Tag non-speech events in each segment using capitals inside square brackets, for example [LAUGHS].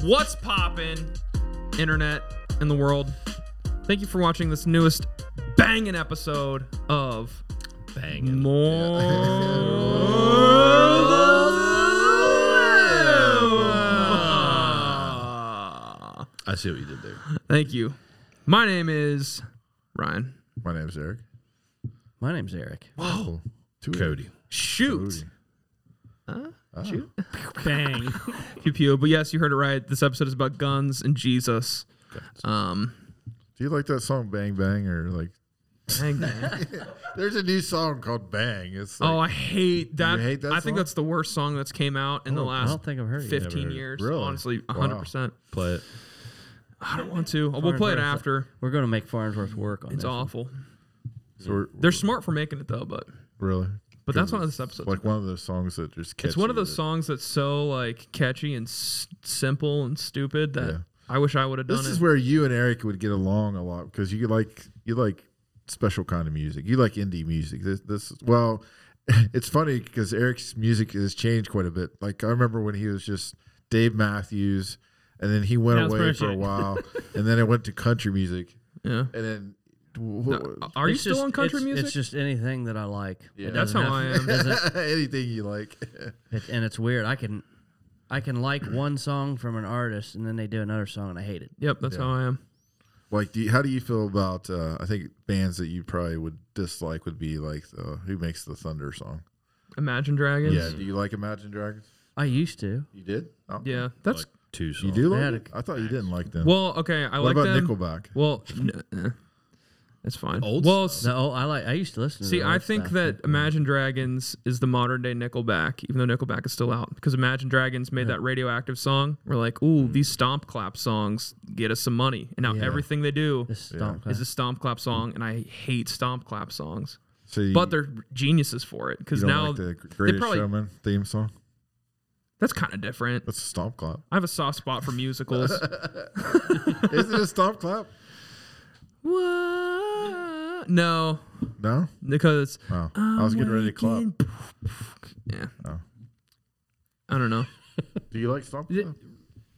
What's poppin', internet and the world? Thank you for watching this newest banging episode of [LAUGHS] Banging. More Than Love. I see what you did there. Thank you. My name is Ryan. My name's Eric. My name's Eric. Oh, two Cody. Shoot. Shoot. [LAUGHS] Bang. pew pew. But yes, you heard it right. This episode is about guns and Jesus. Um, Do you like that song Bang Bang or like? hang on. [LAUGHS] There's a new song called Bang. It's like, oh, I hate that. hate that I think song? that's the worst song that's came out in the I last don't think I've heard it. 15 heard it. years. Really? Honestly, Wow. 100%. Play it. I don't want to. We'll play it Farnsworth. after. We're going to make Farnsworth work on It's this. awful. so we're, They're smart for making it though, but really. but that's Because one of it's this episode's Like one of those songs that just. it's catch one you of those that- songs that's so like catchy and s- simple and stupid that Yeah. I wish I would have done This it. is where you and Eric would get along a lot because you like you like special kind of music. You like indie music. This this well, [LAUGHS] it's funny because Eric's music has changed quite a bit. Like I remember when he was just Dave Matthews, and then he went That was away pretty for a shit. while, and then it went to country music, yeah. and then. No, are you It's still just- on country it's- music? It's just anything that I like. It that's doesn't how I have- am. [LAUGHS] [LAUGHS] anything you like. [LAUGHS] it- and it's weird. I can, I can like one song from an artist, and then they do another song, and I hate it. Yep, that's how I am. Like, do you, how do you feel about? Uh, I think bands that you probably would dislike would be like uh, who makes the Thunder song. Imagine Dragons. Yeah, do you like Imagine Dragons? I used to. You did? Oh. Yeah, that's Like two songs. You do They like had it? I thought you didn't like them. well. Okay, I like what about them. Nickelback? Well, n- eh, that's fine. Old well, s- No, I like. I used to listen. to see, the I old think stuff. that Imagine Dragons is the modern day Nickelback, even though Nickelback is still out. Because Imagine Dragons made that radioactive song. We're like, ooh, Mm. these stomp clap songs get us some money, and now everything they do This stomp clap. is a stomp clap song, and I hate stomp clap songs. So you, But they're geniuses for it you because don't now like the Greatest probably- Showman theme song. that's kind of different. That's a stomp clap. I have a soft spot for [LAUGHS] musicals. Isn't it a stomp clap? what? No, No. because Oh, I was getting ready to Um, clap. [LAUGHS] Yeah. Oh. I don't know. Do you like stomp Is it- clap?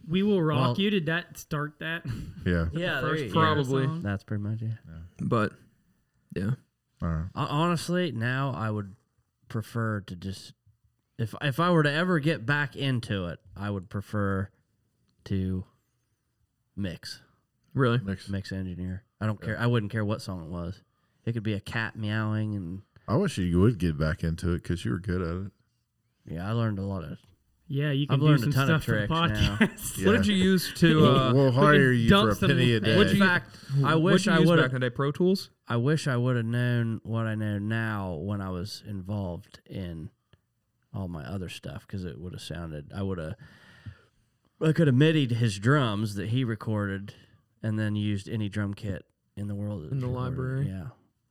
We will rock Well- you. Did that start that? Yeah. yeah, First probably, song? That's pretty much it. but yeah. All right. Hon- Honestly, now I would prefer to just if if I were to ever get back into it, I would prefer to mix Really. Next. mix engineer. I don't care. I wouldn't care what song it was. It could be a cat meowing, and I wish you would get back into it because you were good at it. yeah, I learned a lot of. Yeah, you can I've do learned a some ton of stuff for the tricks now. podcast. [LAUGHS] What did you use to? We'll, Uh, we'll hire can you dump for a some- penny a day. What'd In you- fact, I wish what'd you I use would back in have. the day Pro Tools. I wish I would have known what I know now when I was involved in all my other stuff because it would have sounded. I would have. I could have midied his drums that he recorded, and then used any drum kit in the world that In was the recorded. library. Yeah,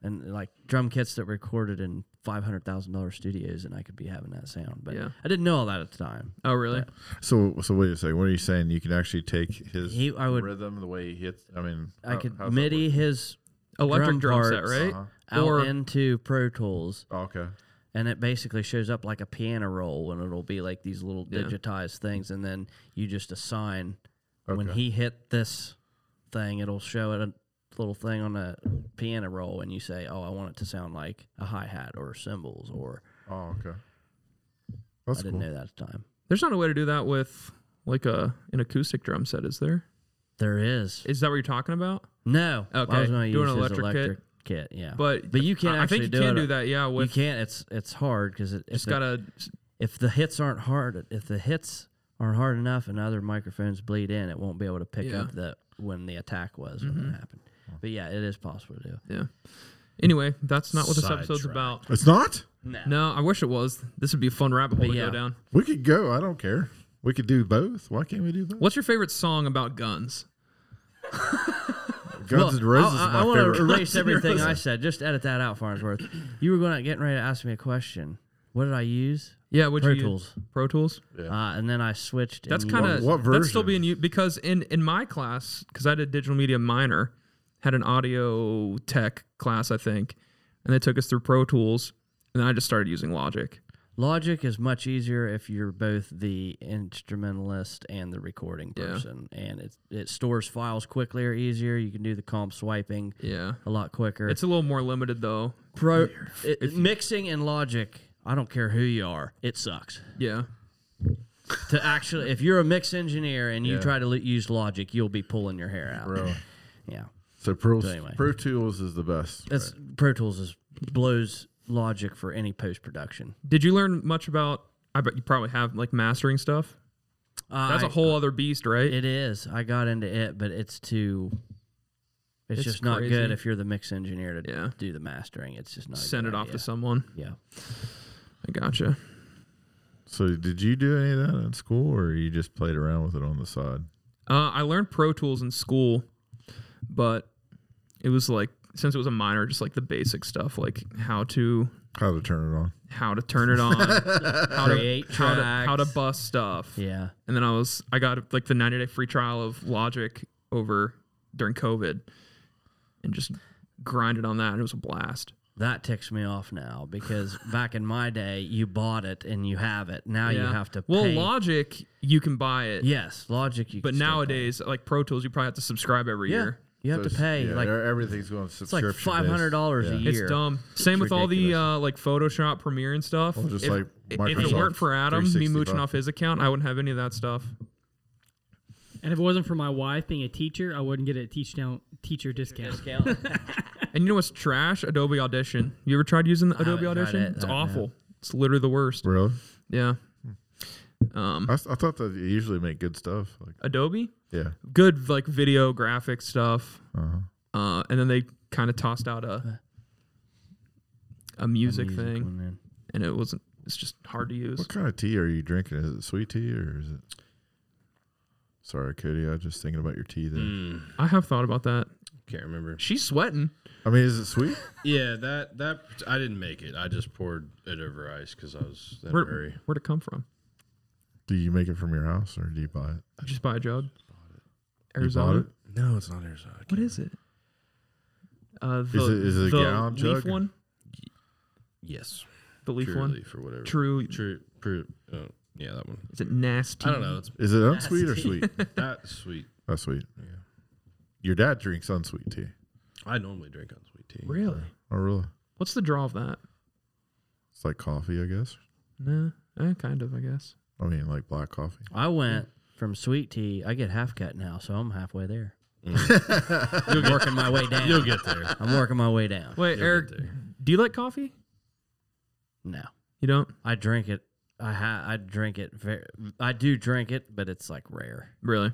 and like drum kits that recorded in five hundred thousand dollars studios, and I could be having that sound. But Yeah. I didn't know all that at the time. Oh, really? So, so wait a second. What are you saying? You can actually take his He- I would- rhythm, the way he hits. I mean, I how- could how's that MIDI his Electric drum, Drum set, parts. right? Uh-huh. out Or- into Pro Tools. work? Oh, okay. and it basically shows up like a piano roll and it'll be like these little Yeah. digitized things and then you just assign when Okay. he hit this thing it'll show it a little thing on a piano roll and you say oh i want it to sound like a hi-hat or cymbals or Oh, okay. That's i cool. didn't know that at the time There's not a way to do that with like a an acoustic drum set, is there? there is Is that what you're talking about? no i Okay, was going to doing use his electric kit. electric kit, yeah But but you can't I, I actually think you do can it. do that. Yeah, you with can't it's it's hard because it, just if it- gotta. if the hits aren't hard, if the hits aren't hard enough and other microphones bleed in, it won't be able to pick Yeah. Mm-hmm. up that when the attack was when that happened. But yeah, it is possible to do. Yeah. Anyway, that's not what this Sidetracked. episode's about. It's not. No, I wish it was. This would be a fun rabbit hole But to yeah. go down. We could go. I don't care. We could do both. Why can't we do both? What's your favorite song about guns? Guns Look, N' Roses I, is my want favorite. to erase everything I said. Just edit that out, Farnsworth. you were going to getting ready to ask me a question. What did I use? Yeah, would Pro you use? Tools. Pro Tools. Uh, and then I switched. That's and kind of used- What That's still version? being used because in in my class, because I did digital media minor, had an audio tech class I think, and they took us through Pro Tools, and then I just started using Logic. Logic is much easier if you're both the instrumentalist and the recording Yeah. person, and it it stores files quickly or easier. You can do the comp swiping Yeah. a lot quicker. It's a little more limited though. pro it- mixing and Logic. I don't care who you are, it sucks. Yeah. To actually, if you're a mix engineer and you Yeah. try to l- use Logic, you'll be pulling your hair out. bro. [LAUGHS] Yeah, So Pro, So anyway. Pro Tools is the best. that's Pro Tools is blows Logic for any post production. Did you learn much about? I bet you probably have like mastering stuff. That's a I- uh, whole other beast, right? It is. I got into it, but it's too. It's, It's just not good crazy. if you're the mix engineer to Yeah. do the mastering. It's just not. a Send good it off idea. to someone. uh, Yeah. I gotcha. So did you do any of that in school, or you just played around with it on the side? Uh, I learned Pro Tools in school, but it was like since it was a minor, just like the basic stuff, like how to How to turn it on? how to turn [LAUGHS] it on, how to Create how to, how to tracks. bust stuff. Yeah. And then I was I got like the 90 day free trial of Logic over during COVID, and just grinded on that, and it was a blast. That ticks me off now [LAUGHS] because back in my day, you bought it and you have it. Now you have to. well, pay. Logic you can buy it. Yes, Logic. You. But can still pay. nowadays, like Pro Tools, you probably have to subscribe every yeah, year. you have So to it's- pay yeah, like e- everything's going it's like subscription. five hundred dollars a Yeah. year. It's dumb. Same with all the ridiculous. uh, like Photoshop, Premiere, and stuff. Well, just if, like if it Microsoft weren't for Adam, me 365. mooching off his account, I wouldn't have any of that stuff. And if it wasn't for my wife being a teacher, I wouldn't get a teach down, teacher discount. Discount. [LAUGHS] And you know what's trash? Adobe Audition. You ever tried using the Adobe haven't tried Audition? it. Uh-huh. It's I haven't. awful. It's literally the worst. Really? Mm-hmm. Yeah. Um, I, s- I thought that they usually make good stuff. Like, Adobe, yeah. good like video graphic stuff. Uh-huh. Uh, and then they kind of tossed out a a music, Uh. Music thing, one then. and it wasn't. It's just hard to use. What kind of tea are you drinking? Is it sweet tea or is it? Sorry, Cody. I was just thinking about your tea. There. Mm. I have thought about that. Can't remember. [LAUGHS] She's sweating. I mean, is it sweet? Yeah, that that I didn't make it. I just poured it over ice because I was in a Where hurry. where'd it come from? do you make it from your house or do you buy it? Did you just buy a jug? You bought Arizona. it? No, it's not Arizona. What is it? Uh, the, Is it- is it a the gallon leaf jug? one? Yes, The leaf True one. Leaf or whatever. True. True. True. Oh, yeah, that one. Is it nasty? I don't know. It's Is it unsweet or [LAUGHS] sweet? that sweet. That's sweet. Your dad drinks unsweet tea. [LAUGHS] I normally drink unsweet tea. Really? Oh, really? What's the draw of that? It's like coffee, I guess. No, eh, kind of, I guess. I mean, like black coffee. I [LAUGHS] went from sweet tea. I get half cut now, so I'm halfway there. Mm. [LAUGHS] I'm working my [LAUGHS] way down. [LAUGHS] You'll get there. I'm working my way down. Wait, You'll get Eric, there. do you like coffee? No, You don't? I drink it. I ha- I drink it. Very, I do drink it, but it's like [LAUGHS] rare. Really?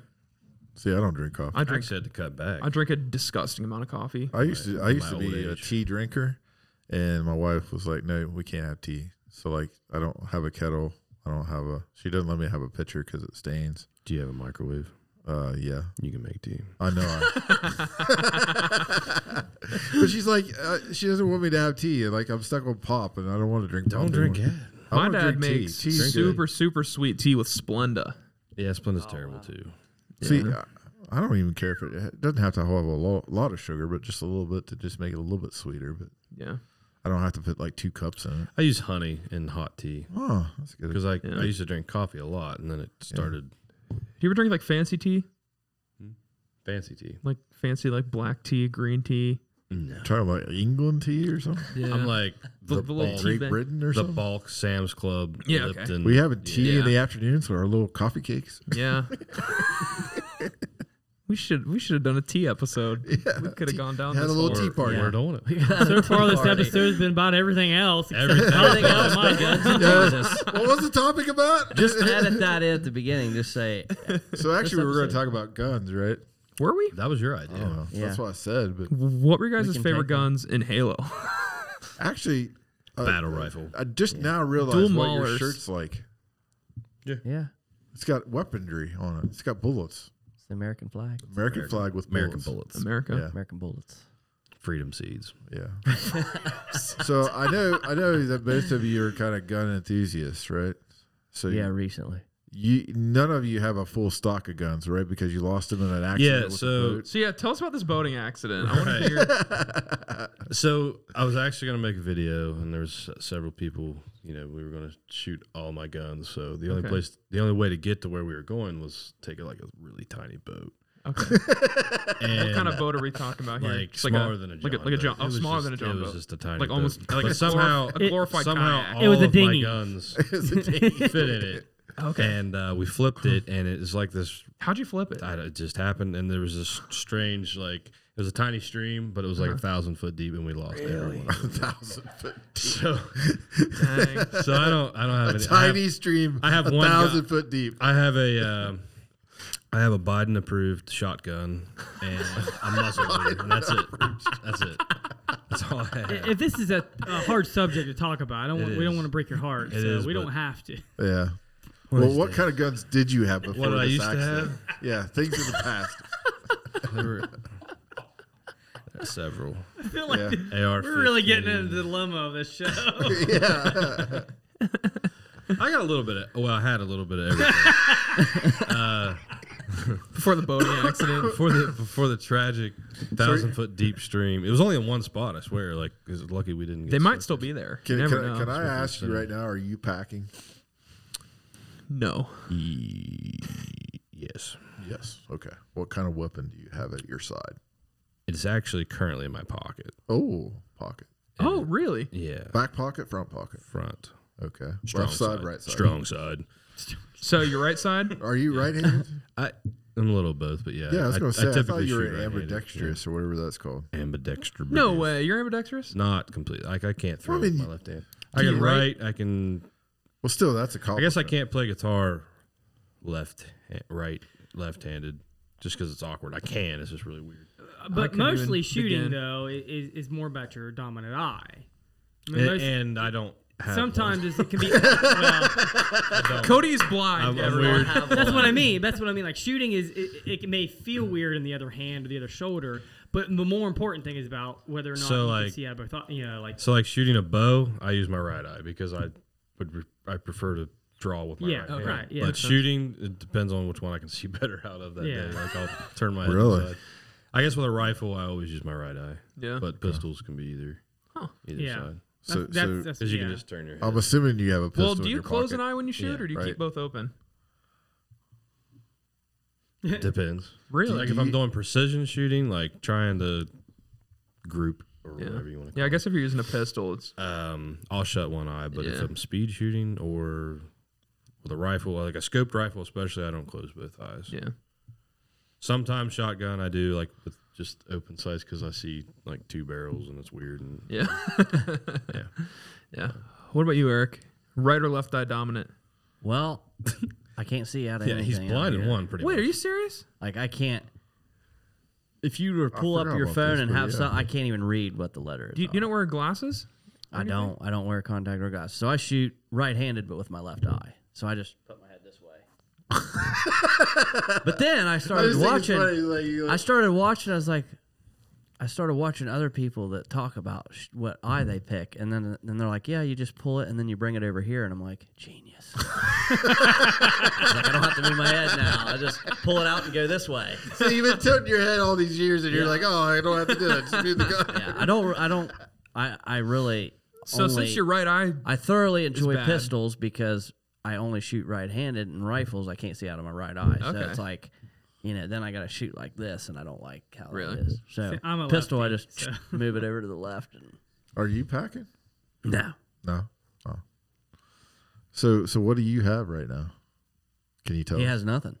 See, I don't drink coffee. I I, Eric drink. said to cut back. I drink a disgusting amount of coffee. used to. I used to my old be a age. tea drinker, and my wife was like, "No, we can't have tea." So like, I don't have a kettle. I don't have a. She doesn't let me have a pitcher because it stains. Do you have a microwave? Uh, yeah, You can make tea. I know. I, [LAUGHS] but she's like, uh, she doesn't want me to have tea. and, Like, I'm stuck on pop, and I don't want to drink. Don't pop drink it. anymore. I My wanna dad drink tea. makes Tea's good. super, super sweet tea with Splenda. Yeah, Oh, Splenda's terrible too. See, I I don't even care if it, it doesn't have to have a lo- lot of sugar, but just a little bit to just make it a little bit sweeter. But Yeah. I don't have to put like two cups in it. I use honey in hot tea Oh, that's good. because I, Yeah. I used to drink coffee a lot, and then it started Do you ever drink like fancy tea? fancy tea. Like fancy, like black tea, green tea? No. Talking about England tea or something? Yeah. I'm like The- the, the little bulk, tea Great bag. Britain or the something? bulk Sam's Club. Yeah, okay. Lipton. We have a tea Yeah. in the afternoons with our little coffee cakes. yeah. we should we should have done a tea episode. we could have gone down Had a this little whole- tea party. We're doing it. [LAUGHS] So far, this episode's been about everything else. Except Everything. everything else. Oh My [LAUGHS] God. Jesus. [LAUGHS] What was the topic about? Just edit that in at the beginning. Just [LAUGHS] say, [LAUGHS] so actually, we were going to talk about guns, right? Were we? That was your idea. I don't know. Yeah. That's what I said. But What were your guys' can favorite take them. guns in Halo? [LAUGHS] actually, uh, Battle rifle. I just now realized Dual what Maulers. your shirt's like. yeah, It's got weaponry on it. It's got bullets. it's the American flag, American, flag with American bullets. bullets. America. Yeah. American bullets. Freedom seeds. Yeah. [LAUGHS] so I know I know that both of you are kind of gun enthusiasts, right? So Yeah, yeah, recently. you none of you have a full stock of guns, right? Because you lost them in an accident. Yeah, with a so- boat. [LAUGHS] So yeah, tell us about this boating accident. I want Right. to hear. [LAUGHS] So I was actually gonna make a video, and there was several people. You know, we were gonna shoot all my guns. So the only Okay. place, the only way to get to where we were going was take like a really tiny boat. Okay. And What kind of boat are we talking about here? Like It's smaller like than a John like a, like a boat. John, oh, It was smaller just- than a John It was boat. just a tiny Like boat. almost like But a somehow glorif- a glorified somehow kayak. all It was a of my dinghy. [LAUGHS] guns [LAUGHS] It's fit in it. Okay. And uh, we flipped it, and it was like this. How'd you flip it? I, it just happened, and there was this strange, like it was a tiny stream, but it was like Uh-huh. a thousand foot deep, and we lost everyone. [LAUGHS] a thousand foot deep. So, Dang. [LAUGHS] so I don't, I A don't have any. I have- tiny stream. I have a one gun. thousand foot deep. I have a, um, I have a Biden approved shotgun and a muzzle, loader, and that's it. That's it. That's all [LAUGHS] I have. If this is a, a hard subject to talk about, I don't. It Want, we don't is. want to break your heart, so It is, we don't but- have to. Yeah. well, what kind of guns did you have before What this did I used to accident? have? Yeah, things of the [LAUGHS] past. [LAUGHS] There were several I feel like Yeah. AR. we're really getting into the dilemma of this show. yeah. I got a little bit of. Well, I had a little bit of [LAUGHS] everything Before the boating accident. before the before the tragic thousand foot deep stream. It was only in one spot. I swear. Like, it was lucky we didn't. Get They might stuck. still be there. You Can, never can, I- know. can I ask you right now? Are you packing? No. Yes. Yes. Okay. What kind of weapon do you have at your side? It's actually currently in my pocket. Oh, pocket. Oh, really? Yeah. Back pocket, front pocket. Front. Okay. Strong Left side, right side. Strong side. So your right side? [LAUGHS] Are you right handed? I, I'm a little of both, but yeah. yeah, I was going to say. I, thought typically you were shoot right-handed. ambidextrous or whatever that's called. Yeah. Ambidextrous. No way. You're ambidextrous? Not completely. Like I can't throw Well, I mean, with my left hand. I you can write? write. I can. Well, still, that's a I compliment. guess I can't play guitar left, hand- right, left-handed, just because it's awkward. I can. It's just really weird. couldn't But even mostly shooting begin. though i- is, is more about your dominant eye. I mean, And, most- and I don't. Have sometimes it's- it can be. well, Cody is blind. I'm- I'm everyone. weird. that's what I mean. That's what I mean. Like shooting is it, it may feel weird in the other hand or the other shoulder, but the more important thing is about whether or not So, you can like- see out of both. eye- You know, like So like shooting a bow, I use my right eye because I would re- I prefer to draw with my Yeah, right okay. hand. right, yeah. But shooting it depends on which one I can see [LAUGHS] better out of that Yeah. day. Like I'll turn my head Really? to the side. I guess with a rifle, I always use my right eye. Yeah. But pistols can be either Huh. either Oh. Yeah. side So, that's, that's, so that's- because you can yeah. just turn your head. I'm [LAUGHS] assuming you have a pistol. Well, do in you your close pocket. an eye when you shoot, Yeah, or do you right. keep both open? Depends. Really? Like if I'm doing precision shooting, like trying to group or yeah. whatever you want to. yeah, I guess if you're using a pistol, it's um, I'll shut one eye, but if Yeah. I'm speed shooting or with a rifle, like a scoped rifle, especially, I don't close both eyes. yeah. Sometimes shotgun, I do like with just open sights because I see like two barrels and it's weird. And Yeah. Yeah. Yeah. What about you, Eric? Right or left eye dominant? [LAUGHS] Well, [LAUGHS] I can't see out of yeah, he's anything out blind in here. one pretty Wait, much. are you serious? Like I can't. If you were to pull up forgot your about phone this, and but have yeah. some, I can't even read what the letter is. Do you, on you it. don't wear glasses? I don't. I don't wear contact or glasses, so I shoot right-handed, but with my left eye. So I just put my head this [LAUGHS] way. but then I I started just think it's watching. funny, like, you- I started watching. I was like, I started watching other people that talk about sh- what eye they pick, and then then they're like, yeah, you just pull it and then you bring it over here, and I'm like, genius. [LAUGHS] I was like, I don't have to move my head now. I just pull it out and go this way. So you've been tilting your head all these years, and you're Yeah. like, "Oh, I don't have to do that. Just move the gun." Yeah, I don't. I don't. I I really. So only- since your right eye, I thoroughly enjoy bad. pistols because I only shoot right-handed, and rifles I can't see out of my right eye. So Okay. it's like, you know, then I gotta shoot like this, and I don't like how Really? it is. So I'm a pistol, I lefty, just [LAUGHS] move it over to the left. And, Are you packing? no, No. Oh. So, so what do you have right now? Can you tell? he us? has nothing.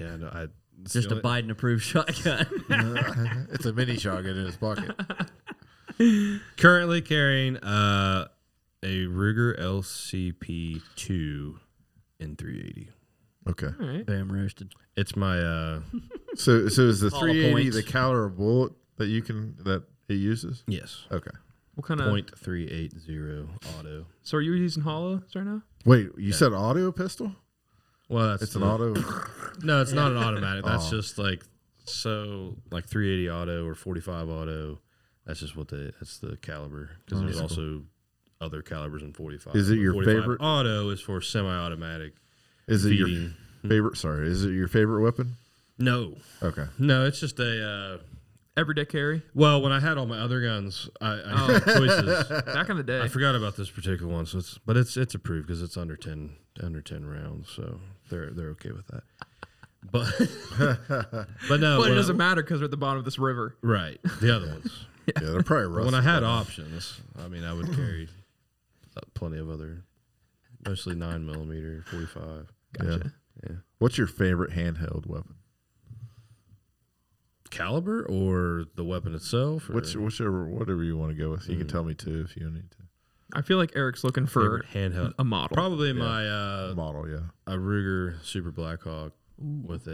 Yeah, no, I it's Just the a only- Biden-approved [LAUGHS] shotgun. it's a mini shotgun in his pocket. Currently carrying uh, a Ruger LCP two in three eighty. Okay. all right. Boom, roasted. It's my uh, [LAUGHS] So, so is the Hollow 380 point. the caliber of bullet that you can that it uses? yes Okay. What kind of? point three eight zero auto. So are you using hollows right now? Wait, you said auto pistol? Well, that's It's an the- auto. No, it's not an automatic. That's [LAUGHS] Oh. just like so like 380 auto or 45 auto. That's just what the that's the caliber because there's also other calibers in 45. Oh, Is it But your 45 favorite? Auto is for semi-automatic. Is it your Feeding. favorite? Sorry, is it your favorite weapon? No, Okay. no, it's just a. Uh, Everyday carry. well, when I had all my other guns, I, Oh. I [LAUGHS] had choices. Back in the day. Uh, I forgot about this particular one, so it's but it's it's approved because it's under ten under ten rounds, so they're they're okay with that. But [LAUGHS] but no, but when it I- doesn't matter because we're at the bottom of this river. right? The other ones. Yeah, they're probably But rough. [LAUGHS] when I had options, I mean, I would carry uh, plenty of other, mostly nine millimeter, forty five. Gotcha. What's your favorite handheld weapon? caliber or the weapon itself? Or Which, whichever, whatever you want to go with. You Mm. can tell me too if you need to. I feel like Eric's looking for favorite handheld? a model. Probably my uh, Model, yeah. a Ruger Super Blackhawk with a.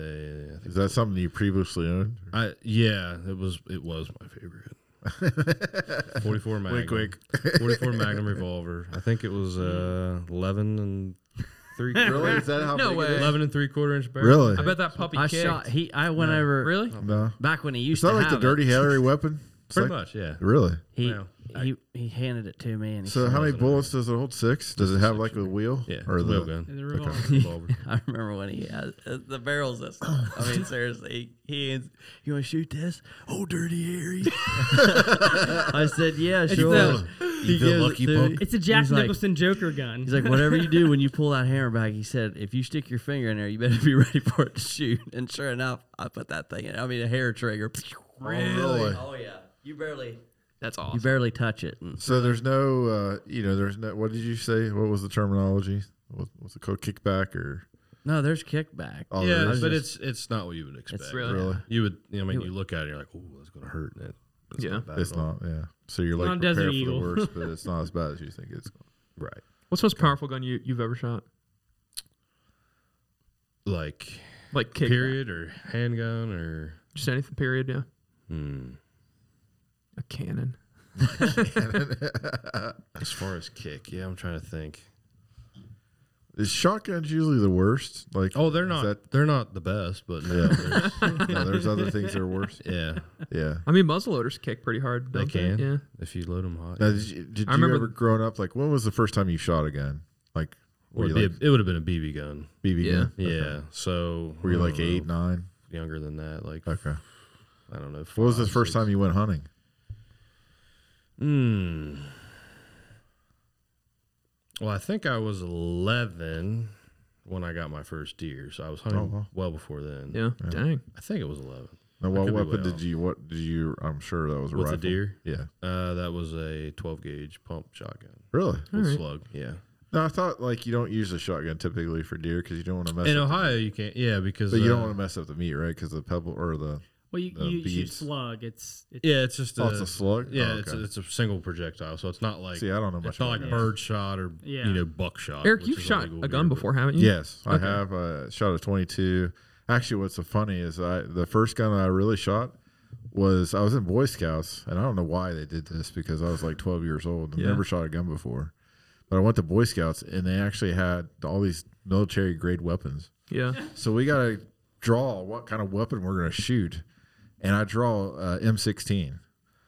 I Is think that something you previously owned? I yeah, it was it was my favorite. [LAUGHS] Forty four Magnum. wink. Forty four Magnum revolver. I think it was uh, eleven and [LAUGHS] three. Really? Is that how No big it way. is? Eleven and three quarter inch barrel. Really? I bet that puppy I kicked. shot. He. I went over. Really? Um, No. Back when he It's used not to like the have Dirty [LAUGHS] it, Harry weapon. It's Pretty like- much, yeah. Really? He, Wow. he he handed it to me and he So said- how many bullets does it hold? Six? Does it have like a wheel? Yeah. Or it's a the wheel gun. And the Okay, revolver. revolver. [LAUGHS] I remember when he had uh, the barrels. This time. I [COUGHS] mean, seriously, he is, you want to shoot this? Oh, dirty [LAUGHS] Harry! I said, yeah, sure. the- He the gives it lucky to punk. me. It's a Jack He's like- Nicholson Joker gun. He's like, whatever you do when [LAUGHS] you pull that hammer back, he said, if you stick your finger in there, you better be [LAUGHS] ready for it to shoot. And sure enough, I put that thing in. I mean, a hair trigger. Really? Oh yeah, you barely That's you awesome. barely touch it. And So there's no, uh, you know, there's no. What did you say? What was the terminology? What, what's it called? Kickback or? no, there's kickback. Oh, [LAUGHS] there [LAUGHS] yeah, is? but it's uh, it's not what you would expect. really- really. You would, I mean, you look at it, and you're like, oh, that's gonna hurt. And it, it's Yeah. not bad It's at all. not. Yeah. So you're not like a Desert prepared for the Eagle. worst, but it's not as bad as you think it's. right. What's the most powerful gun you, you've ever shot? Like Like kick. period or handgun or Just anything. Period. Yeah. hmm, A cannon. as far as kick. Yeah, I'm trying to think. Is shotguns usually the worst? Like, Oh, they're is not that- they're not the best, but no, Yeah. there's- no, there's other things that are worse. [LAUGHS] yeah, Yeah. I mean, muzzleloaders kick pretty hard. they don't can. Yeah. if you load them hot. Now, did you, did I you remember- ever growing up? Like, when was the first time you shot a gun? Like, were Would you be a- like it would have been a BB gun. BB Yeah. gun? Yeah. Uh, Okay. So Were you I don't like know, eight, nine? younger than that? Like Okay. I don't know. What was the first time you went hunting? Hmm. Well, I think I was 11 when I got my first deer, so I was hunting Oh, wow. well before then. Yeah. Dang. I think it was 11. Now, could what be way weapon did off. you? What did you? I'm sure that was a With a rifle. deer? Yeah. Uh, that was a 12 gauge pump shotgun Really? with right. slug. Yeah. No, I thought like you don't use a shotgun typically for deer because you don't want to mess. In up, Ohio, you can't. Yeah, because but you uh, don't want to mess up the meat, right? Because the pebble or the Well, you, The you shoot beads. slug. It's, it's Yeah, it's just oh, it's a slug. Yeah, Oh, it's, okay. a, it's a single projectile, so it's not like See, I don't know much it's not about like guns. bird shot or Yeah. you know buckshot. Eric, which you've is shot a illegal here, gun but- before, haven't you? Yes, I have uh, shot a 22. Actually, what's so funny is I the first gun I really shot was I was in Boy Scouts, and I don't know why they did this because I was like 12 years old and Yeah. never shot a gun before. But I went to Boy Scouts, and they actually had all these military grade weapons. Yeah. So we got to draw what kind of weapon we're going to shoot. And I draw uh, M16.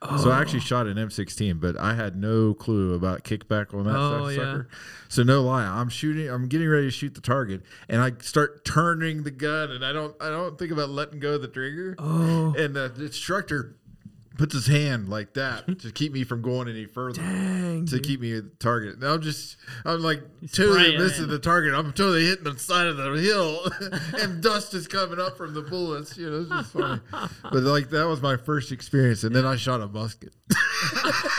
So I Oh. actually shot an M16, but I had no clue about kickback on that Oh, yeah. sucker. So no lie, I'm shooting. I'm getting ready to shoot the target, and I start turning the gun, and I don't. I don't think about letting go of the trigger. Oh. And the instructor puts his hand like that to keep me from going any further Dang. to dude. keep me targeted. And I'm just, I'm like totally spraying missing it. the target. I'm totally hitting the side of the hill, [LAUGHS] and dust is coming up from the bullets. You know, it's just funny. but like that was my first experience, and then I shot a musket. [LAUGHS]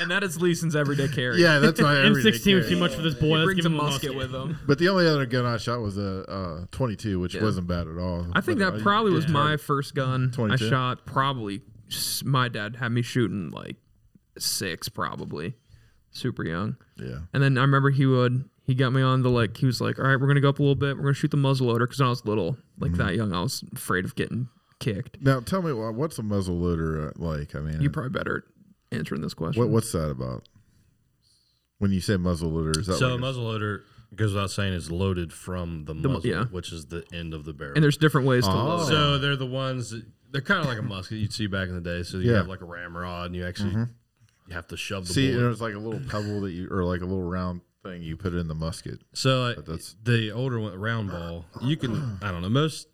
and that is Leeson's everyday carry. Yeah, that's my everyday M16 was carry. too much for this boy. He Let's brings give a him musket with him. But the only other gun I shot was a uh, 22, which wasn't bad at all. I think But that probably was did my target. first gun 22? I shot. Probably s- my dad had me shooting like six, probably super young. Yeah. And then I remember he would he got me on the like he was like, all right, we're gonna go up a little bit. We're gonna shoot the muzzle loader because I was little, like that young, I was afraid of getting kicked. Now tell me, wh- what's a muzzle loader uh, like? I mean, You probably better at answering this question. what, what's that about? When you say muzzle loader, is that So like a muzzle loader goes without saying is loaded from the mu- muzzle, yeah. which is the end of the barrel. and there's different ways to Oh. load. so they're the ones that they're kind of like a musket you'd see back in the day. So you Yeah. Mm-hmm. have like a ramrod, and you actually you have to shove the See, bullet. there's like a little pebble that you, or like a little round thing you put it in the musket. So uh, that's- the older one, round ball. You can I don't know most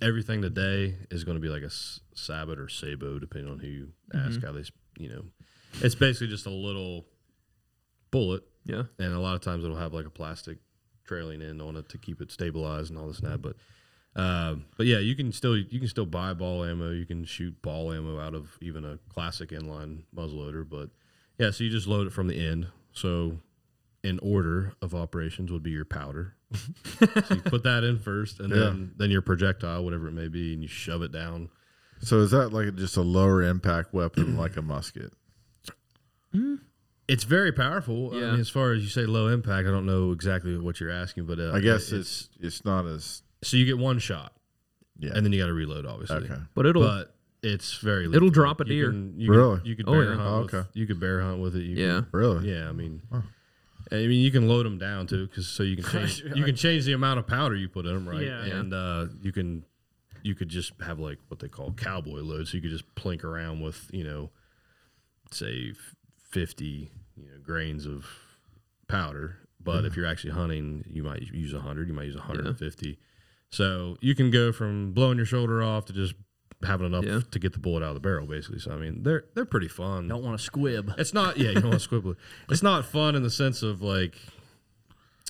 everything today is going to be like a s- sabot or sabo depending on who you ask Mm-hmm. how they s- you know. It's basically just a little bullet, Yeah. and a lot of times it'll have like a plastic trailing end on it to keep it stabilized and all this and that. But um, but yeah, you can still you can still buy ball ammo. You can shoot ball ammo out of even a classic inline muzzleloader. But yeah, so you just load it from the end. So in order of operations would be your powder. so you put that in first, and then then your projectile, whatever it may be, and you shove it down. So is that like just a lower impact [CLEARS THROAT] weapon like a musket? It's very powerful. I Yeah. mean, as far as you say low impact, I don't know exactly what you're asking, but uh, I guess it- it's it's not as so you get one shot, yeah. and then you got to reload, obviously. okay. But it'll but it's very It'll drop a You deer. can- you Really? Could, you could Oh, bear yeah. hunt. Oh, With, okay. you could bear hunt with it. You yeah. Could, Really? yeah. I mean, I mean, you can load them down too, because so you can change you can change the amount of powder you put in them, right? Yeah. And uh, you can you could just have like what they call cowboy load, so you could just plink around with you know, say f- fifty you know grains of powder. But if you're actually hunting, you might use hundred, you might use one hundred and fifty. So you can go from blowing your shoulder off to just having enough Yeah. to get the bullet out of the barrel, basically. So I mean, they're they're pretty fun. Don't want to squib. It's not yeah, you don't want to [LAUGHS] squibble. It's not fun in the sense of like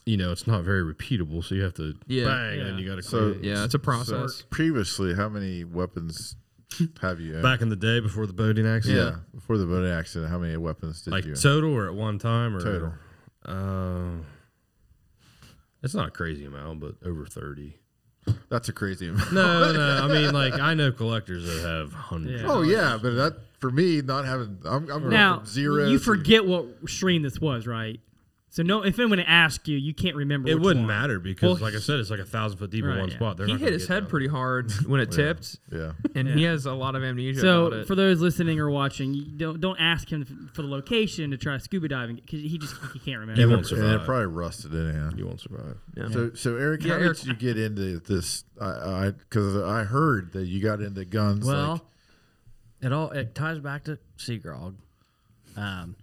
you know, it's not very repeatable, so you have to Yeah. bang Yeah. and you gotta So- clean it. Yeah, it's a process. Previously, how many weapons have you? owned? [LAUGHS] Back in the day before the boating yeah. accident. Before the boating accident, how many weapons did Like you? own? total or at one time or Total. Uh, it's not a crazy amount, but over thirty. That's a [LAUGHS] crazy amount. [LAUGHS] No, no. I mean, like I know collectors that have hundreds. Yeah. Oh yeah, but that for me, not having I'm, I'm going Now from zero. You to- forget what stream this was, right? So no, if anyone asks you, you can't remember. It which wouldn't one. matter because, like I said, it's like a thousand foot deep in Right, one yeah. spot. They're He not hit gonna his get head down. pretty [LAUGHS] hard when it tipped, Yeah. and he has a lot of amnesia. about So it. for those listening or watching, you don't don't ask him for the location to try scuba diving because he just he can't remember. It won't And survive. it probably rusted anyhow. you won't survive. So, so Eric, Yeah, how Eric- did you get into this? I because I, heard that you got into guns. Well, like, it all it ties back to Seagrog. Um,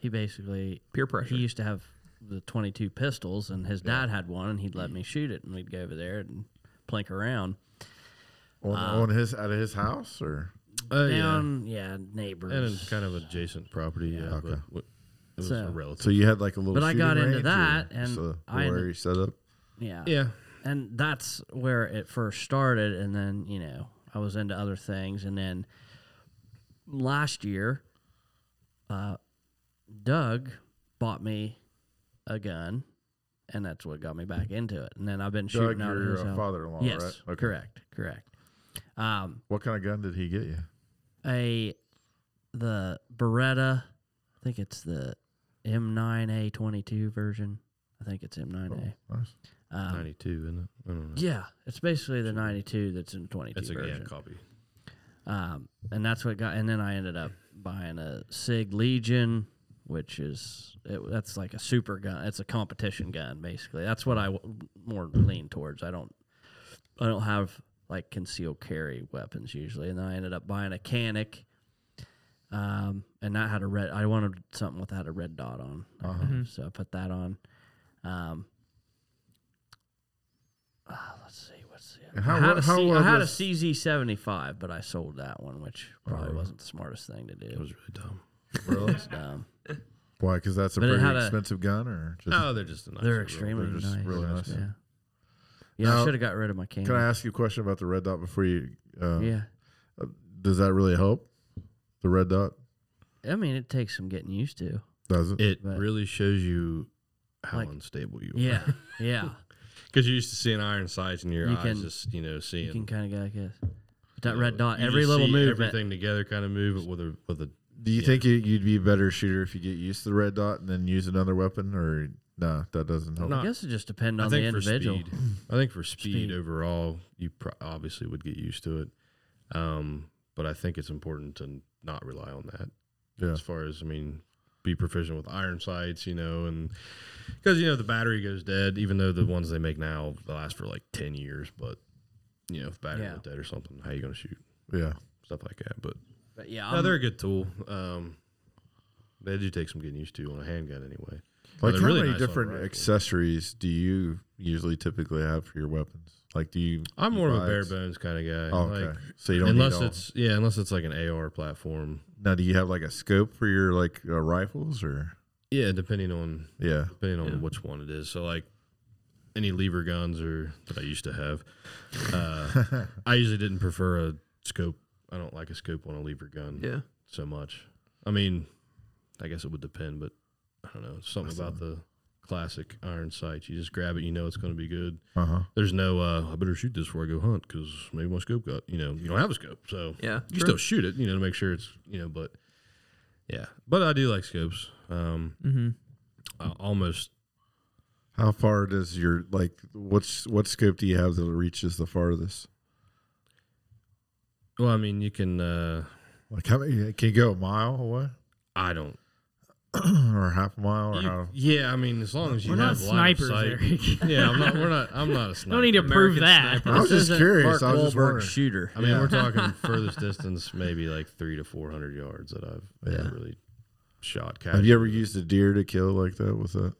he basically Peer pressure. He used to have the 22 pistols, and his dad had one, and he'd let me shoot it, and we'd go over there and plink around. on, uh, on his out of his house or Uh, yeah. Down, yeah, neighbors. And it's kind of adjacent property. Yeah. okay. But what- it was So- a relative. so you had like a little. But I shooting got into range or that, and just a I ended- area set up. yeah, yeah. and that's where it first started and then you know i was into other things and then last year uh, doug bought me a gun and that's what got me back into it and then i've been shooting Doug, out of your his uh, house. father-in-law, yes right? Okay. correct correct um, What kind of gun did he get you? a the beretta i think it's the m9a22 version i think it's m9a Nice. um, 92, isn't it? I don't know. yeah, it's basically the 92 that's in 22 That's a yeah, version. copy. Um, and that's what got, and then I ended up buying a Sig Legion, which is, it, that's like a super gun. It's a competition gun, basically. That's what I w- more lean towards. I don't, I don't have like concealed carry weapons usually. And then I ended up buying a Canic. Um, and that had a red, I wanted something with that a red dot on. Uh-huh. Hmm. mhm. So I put that on. Um, ah, let's see, what's the other And how I had, how, a, C- well I had a does- CZ seventy five, but I sold that one, which Oh. probably wasn't the smartest thing to It do. was really dumb. [LAUGHS] really? Um, Why? Because that's a But it pretty had a- expensive gun, or just, Oh, they're just a nice they're little- extremely they're just nice. really nice. Yeah, yeah. I Now- should have got rid of my can I camera. ask you a question about the red dot before you? Uh, Yeah, Does that really help? The red dot I mean it takes some getting used [LAUGHS] to. does it. It But- really shows you how Like- unstable you are. Yeah, [LAUGHS] yeah. Because you're used to seeing iron sights and your You eyes can- just, you know, seeing. you can kind of go like this. But you that know, red dot, you every just little see movement. Everything together kind of move with a, with a. Do you think you- you'd be a better shooter if you get used to the red dot and then use another weapon, or nah, that doesn't help? No. I guess it just depends I on the think for individual. speed. I think for speed, Speed. overall, you pro- obviously would get used to it. Um, but I think it's important to not rely on that. Yeah. as far as I mean, be proficient with iron sights, you know, and because you know the battery goes dead, even though the ones they make now they last for like ten years, but you know if battery Yeah. went dead or something, how you gonna shoot Yeah. stuff like that? But But yeah, no, I'm- Um, they're a good tool. Um, they do take some getting used to on a handgun anyway. Like they're how really many nice on a different rifle. accessories do you usually typically have for your weapons? Like do you? I'm you more of buy a bare ex- bones kind of guy. Oh, okay. Like, so you don't unless need all- it's yeah, unless it's like an AR platform. now. Do you have like a scope for your like uh, rifles or? Yeah, depending on Yeah. depending on which one it is. So like any lever guns or that I used to have, uh, [LAUGHS] I usually didn't prefer a scope. I don't like a scope on a lever gun Yeah. so much. I mean, I guess it would depend, but I don't know. It's something about the classic iron sight. You just grab it, you know it's going to be good. Uh huh. There's no, uh, I better shoot this before I go hunt because maybe my scope got, you know, you don't have a scope, so Yeah. you still shoot it, you know, to make sure it's, you know, but yeah, but I do like scopes. Um, Mm-hmm. I almost How far does your like what's what scope do you have that reaches the farthest? Well, I mean, you can. Uh, Like how many can you go a mile away [CLEARS THROAT] I don't. or half a mile or you- how? yeah, I mean, as long as you We're not have line of snipers, sight. Eric. [LAUGHS] [LAUGHS] Yeah, I'm not. We're not. I'm not a sniper. Don't need to prove American that. [LAUGHS] sniper. I was This just isn't curious. Mark I was just Wahlberg wondering. shooter. I mean, [LAUGHS] we're talking furthest distance, maybe like three to four hundred yards that I've Yeah. really shot. Have you ever used a deer to kill like that with that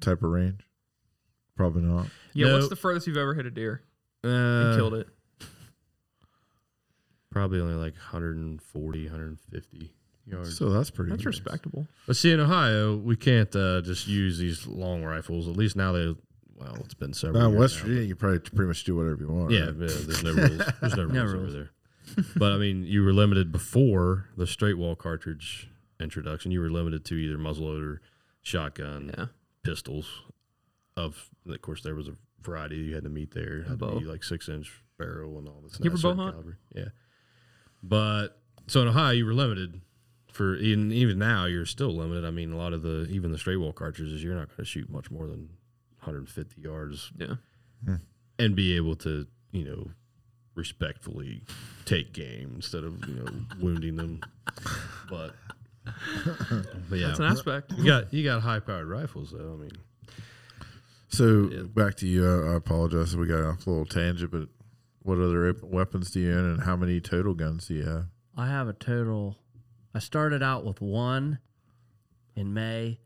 type of range? Probably not. Yeah. No. What's the furthest you've ever hit a deer and uh, killed it? Probably only like 140, 150 yards. So that's pretty. That's nice. respectable. But see, in Ohio, we can't uh, just use these long rifles. At least now they. Well, it's been several. Now in years West now, but- Virginia, you probably pretty much do whatever you want. Yeah, right? yeah, there's no rules. There's no rules, No over rules. there. But I mean, you were limited before the straight wall cartridge introduction. You were limited to either muzzleloader, shotgun, Yeah. pistols. Of of course, there was a variety you had to meet there. It had Bow. to be like six inch barrel and all this. and You that, ever certain bow hunt? caliber. Yeah. But so in Ohio, you were limited for even even now you're still limited. I mean, a lot of the even the straight wall cartridges, you're not going to shoot much more than 150 yards Yeah. and be able to, you know, respectfully take game instead of, you know, [LAUGHS] wounding them. But, but yeah, That's an [LAUGHS] aspect. you got you got high powered rifles though. I mean, So back to you. I, I apologize if we got off a little tangent, but what other op- weapons do you own, and how many total guns do you have? I have a total. I started out with one in May.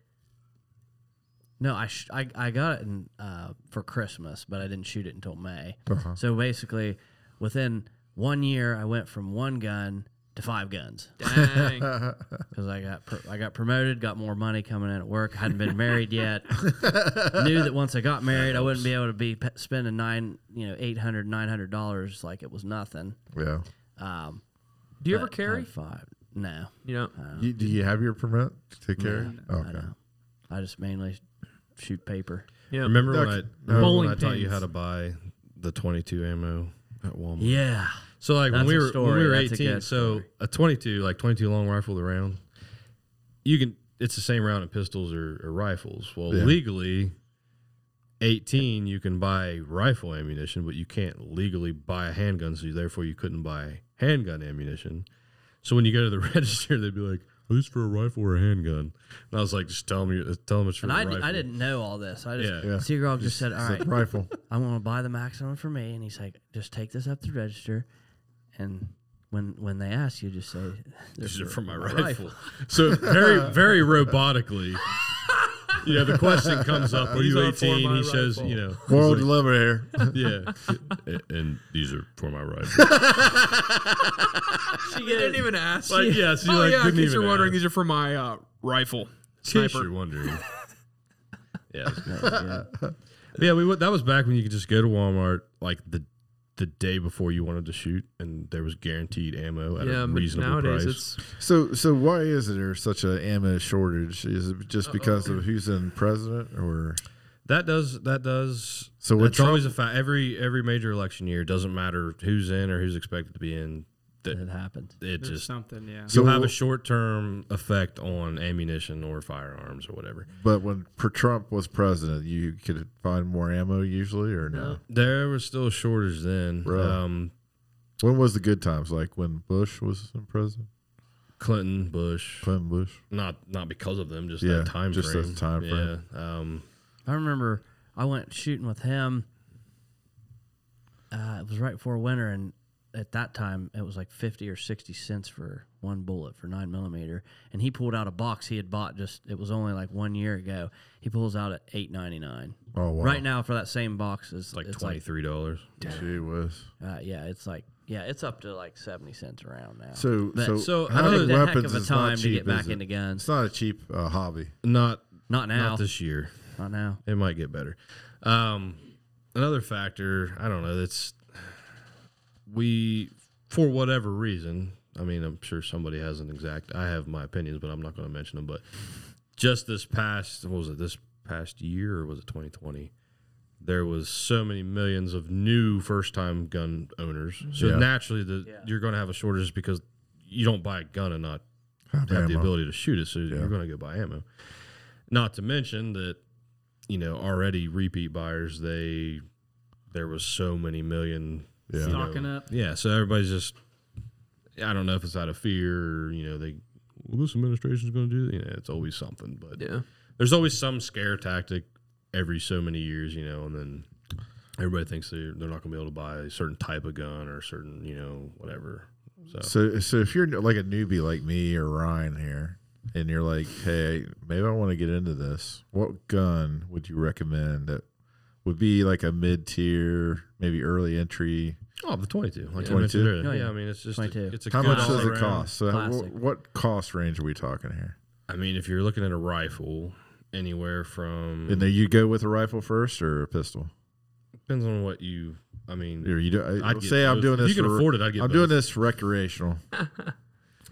No, I sh- I, I got it in, uh, for Christmas, but I didn't shoot it until May. Uh-huh. So basically, within one year, I went from one gun to five guns Dang. because I got pr- I got promoted, got more money coming in at work. Hadn't been [LAUGHS] married yet. Knew that once I got married, I wouldn't be able to be p- spending nine you know eight hundred nine hundred dollars like it was nothing. Yeah. Um, Do you ever but I had carry? five? No. You know. You, do you have your permit to carry? I okay. know. I just mainly shoot paper. Yeah. remember when I, Duck- remember when Bowling I taught you pins. how to buy the 22 ammo at Walmart? Yeah. So like That's when we a were when story. we were That's a eighteen, good so story. a twenty two, like twenty two long rifle, the round, you can it's the same round in pistols or, or rifles. Well, Yeah. legally, eighteen you can buy rifle ammunition, but you can't legally buy a handgun, so therefore you couldn't buy handgun ammunition. So when you go to the [LAUGHS] register, they'd be like, "Who's for a rifle or a handgun?" And I was like, "Just tell me, tell them it's for And a I, rifle." I didn't know all this. I just Yeah. Yeah. Seagrove just said, "All right, Rifle. I'm going to buy the maximum for me." And he's like, "Just take this up to the register, and when when they ask you, just say These are for my rifle. So very, very robotically, you know, the question comes up: Are These you are for 18? He my says, rifle. you know, World he's lover here. [LAUGHS] like, yeah, "A- and these are for my rifle. She didn't even ask. [LAUGHS] [LAUGHS] Like, yeah, so you oh like yeah, in didn't case even you're wondering, ask. these are for my uh, rifle. In case Sniper. you're [LAUGHS] wondering. yeah, [LAUGHS] Yeah. yeah. We went, that was back when you could just go to Walmart like the the day before you wanted to shoot, and there was guaranteed ammo at Yeah, a but reasonable nowadays price. it's So, so why is there such a ammo shortage? Is it just because of who's in president, or That does that does. So So with it's always a fact. Every every major election year doesn't matter who's in or who's expected to be in. That it happens. it There's just something, yeah. you'll So- have a short term effect on ammunition or firearms or whatever. but when per Trump was president, you could find more ammo usually, or no? There was still a shortage then. Really? Um, When was the good times? Like when Bush was in president, Clinton, Bush, Clinton Bush. not not because of them, just Yeah, that time just frame. that time frame. Yeah. Um, I remember I went shooting with him. Uh, it was right before winter, and at that time it was like fifty or sixty cents for one bullet for nine millimeter, and he pulled out a box he had bought just it was only like one year ago. He pulls out at eight ninety nine. Oh, wow. Right now for that same box is It's like twenty three dollars. Gee whiz. uh, yeah, it's like yeah, it's up to like seventy cents around now. So, But- so, So, I having took the heck weapons of a is not time to cheap, get back is it? into guns. It's not a cheap uh, hobby. Not not now, not this year. not now. It might get better. Um, another factor, I don't know. That's we for whatever reason. I mean, I'm sure somebody has an exact. I have my opinions, but I'm not going to mention them. But just this past, what was it? This past year, or was it 2020? There was so many millions of new first-time gun owners. So Yeah. naturally, the, you're going to have a shortage because you don't buy a gun and not Have have the ammo. ability to shoot it, so Yeah. you're going to go buy ammo. Not to mention that, you know, already repeat buyers, they there was so many million. Yeah. you know- Stocking up. Yeah, so everybody's just, I don't know if it's out of fear, or, you know, they, well, this administration's going to do, you know, it's always something, but Yeah. there's always some scare tactic every so many years, you know, and then everybody thinks they're, they're not going to be able to buy a certain type of gun or a certain, you know, whatever. So, So, so if you're like a newbie like me or Ryan here, and you're like, hey, maybe I want to get into this, what gun would you recommend that would be like a mid tier, maybe early entry? oh, the 22, like you 22? mentioned earlier. Oh, yeah. yeah. I mean, it's just, 22. A, it's a How good much does it all-around- cost? So, wh- classic. what cost range are we talking here? I mean, if you're looking at a rifle, anywhere from And then you go with a rifle first or a pistol? depends on what you. I mean, Or you do, I, I'd get say I'm both. doing If this. you can for- afford it, I'd get I'm doing both. this for recreational.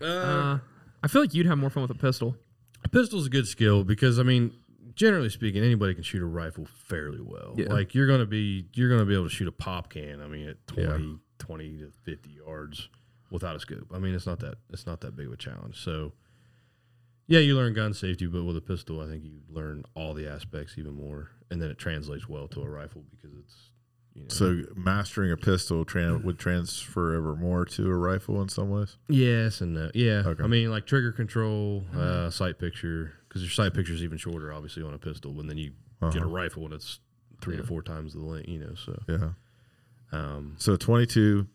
Uh, I feel like you'd have more fun with a pistol. a pistol's a good skill because I mean, generally speaking, anybody can shoot a rifle fairly well. Yeah. Like you're gonna be you're gonna be able to shoot a pop can. I mean, at 20, Yeah. 20 to fifty yards without a scope. I mean, it's not that it's not that big of a challenge. So. Yeah, you learn gun safety, but with a pistol, I think you learn all the aspects even more, and then it translates well to a rifle because it's, you know, So mastering a pistol tran would transfer ever more to a rifle in some ways. Yes and no. Yeah. Okay. I mean, like trigger control, uh, sight picture, because your sight picture is even shorter, obviously, on a pistol, and then you get a Uh-huh. rifle and it's three to four times the length, you know. So Yeah. um, So 22.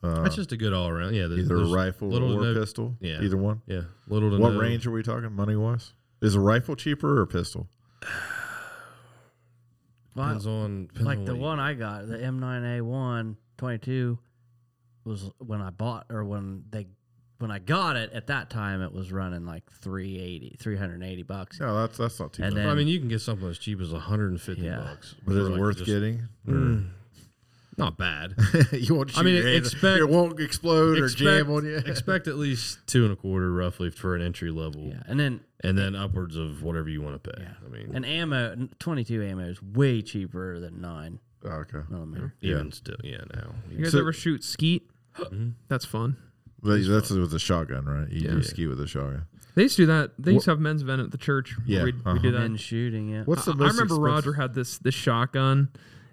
Uh, that's just a good all around. Yeah. there- either a there's rifle little or to no- pistol. yeah. either one. Yeah. Little to What no- range are we talking money wise? Is a rifle cheaper or a pistol? Well, Depends on. Depends like on the what you- one I got, the M9A1 22 was when I bought or when they when I got it at that time it was running like 380 380 bucks. No, that's that's not too And bad. then- I mean, you can get something as cheap as 150 Yeah. bucks. But for, is it like, worth just- getting? Mm, not bad. [LAUGHS] you won't. I shoot mean, your hand- expect- it won't explode or jam on you. expect at least two and a quarter, roughly, for an entry level, Yeah. And then and then upwards of whatever you want to pay. Yeah. I mean, an ammo 22 ammo is way cheaper than 9 Oh, okay, millimeter. even still, yeah, now. You guys So- ever shoot skeet? Mm-hmm. That's fun. But that's with a shotgun, right? You Yeah. do ski with a shotgun. They used to do that. They used to have men's event at the church. Yeah, we we uh-huh. do And that. shooting it. What's the I most? I remember expensive- Roger had this this shotgun.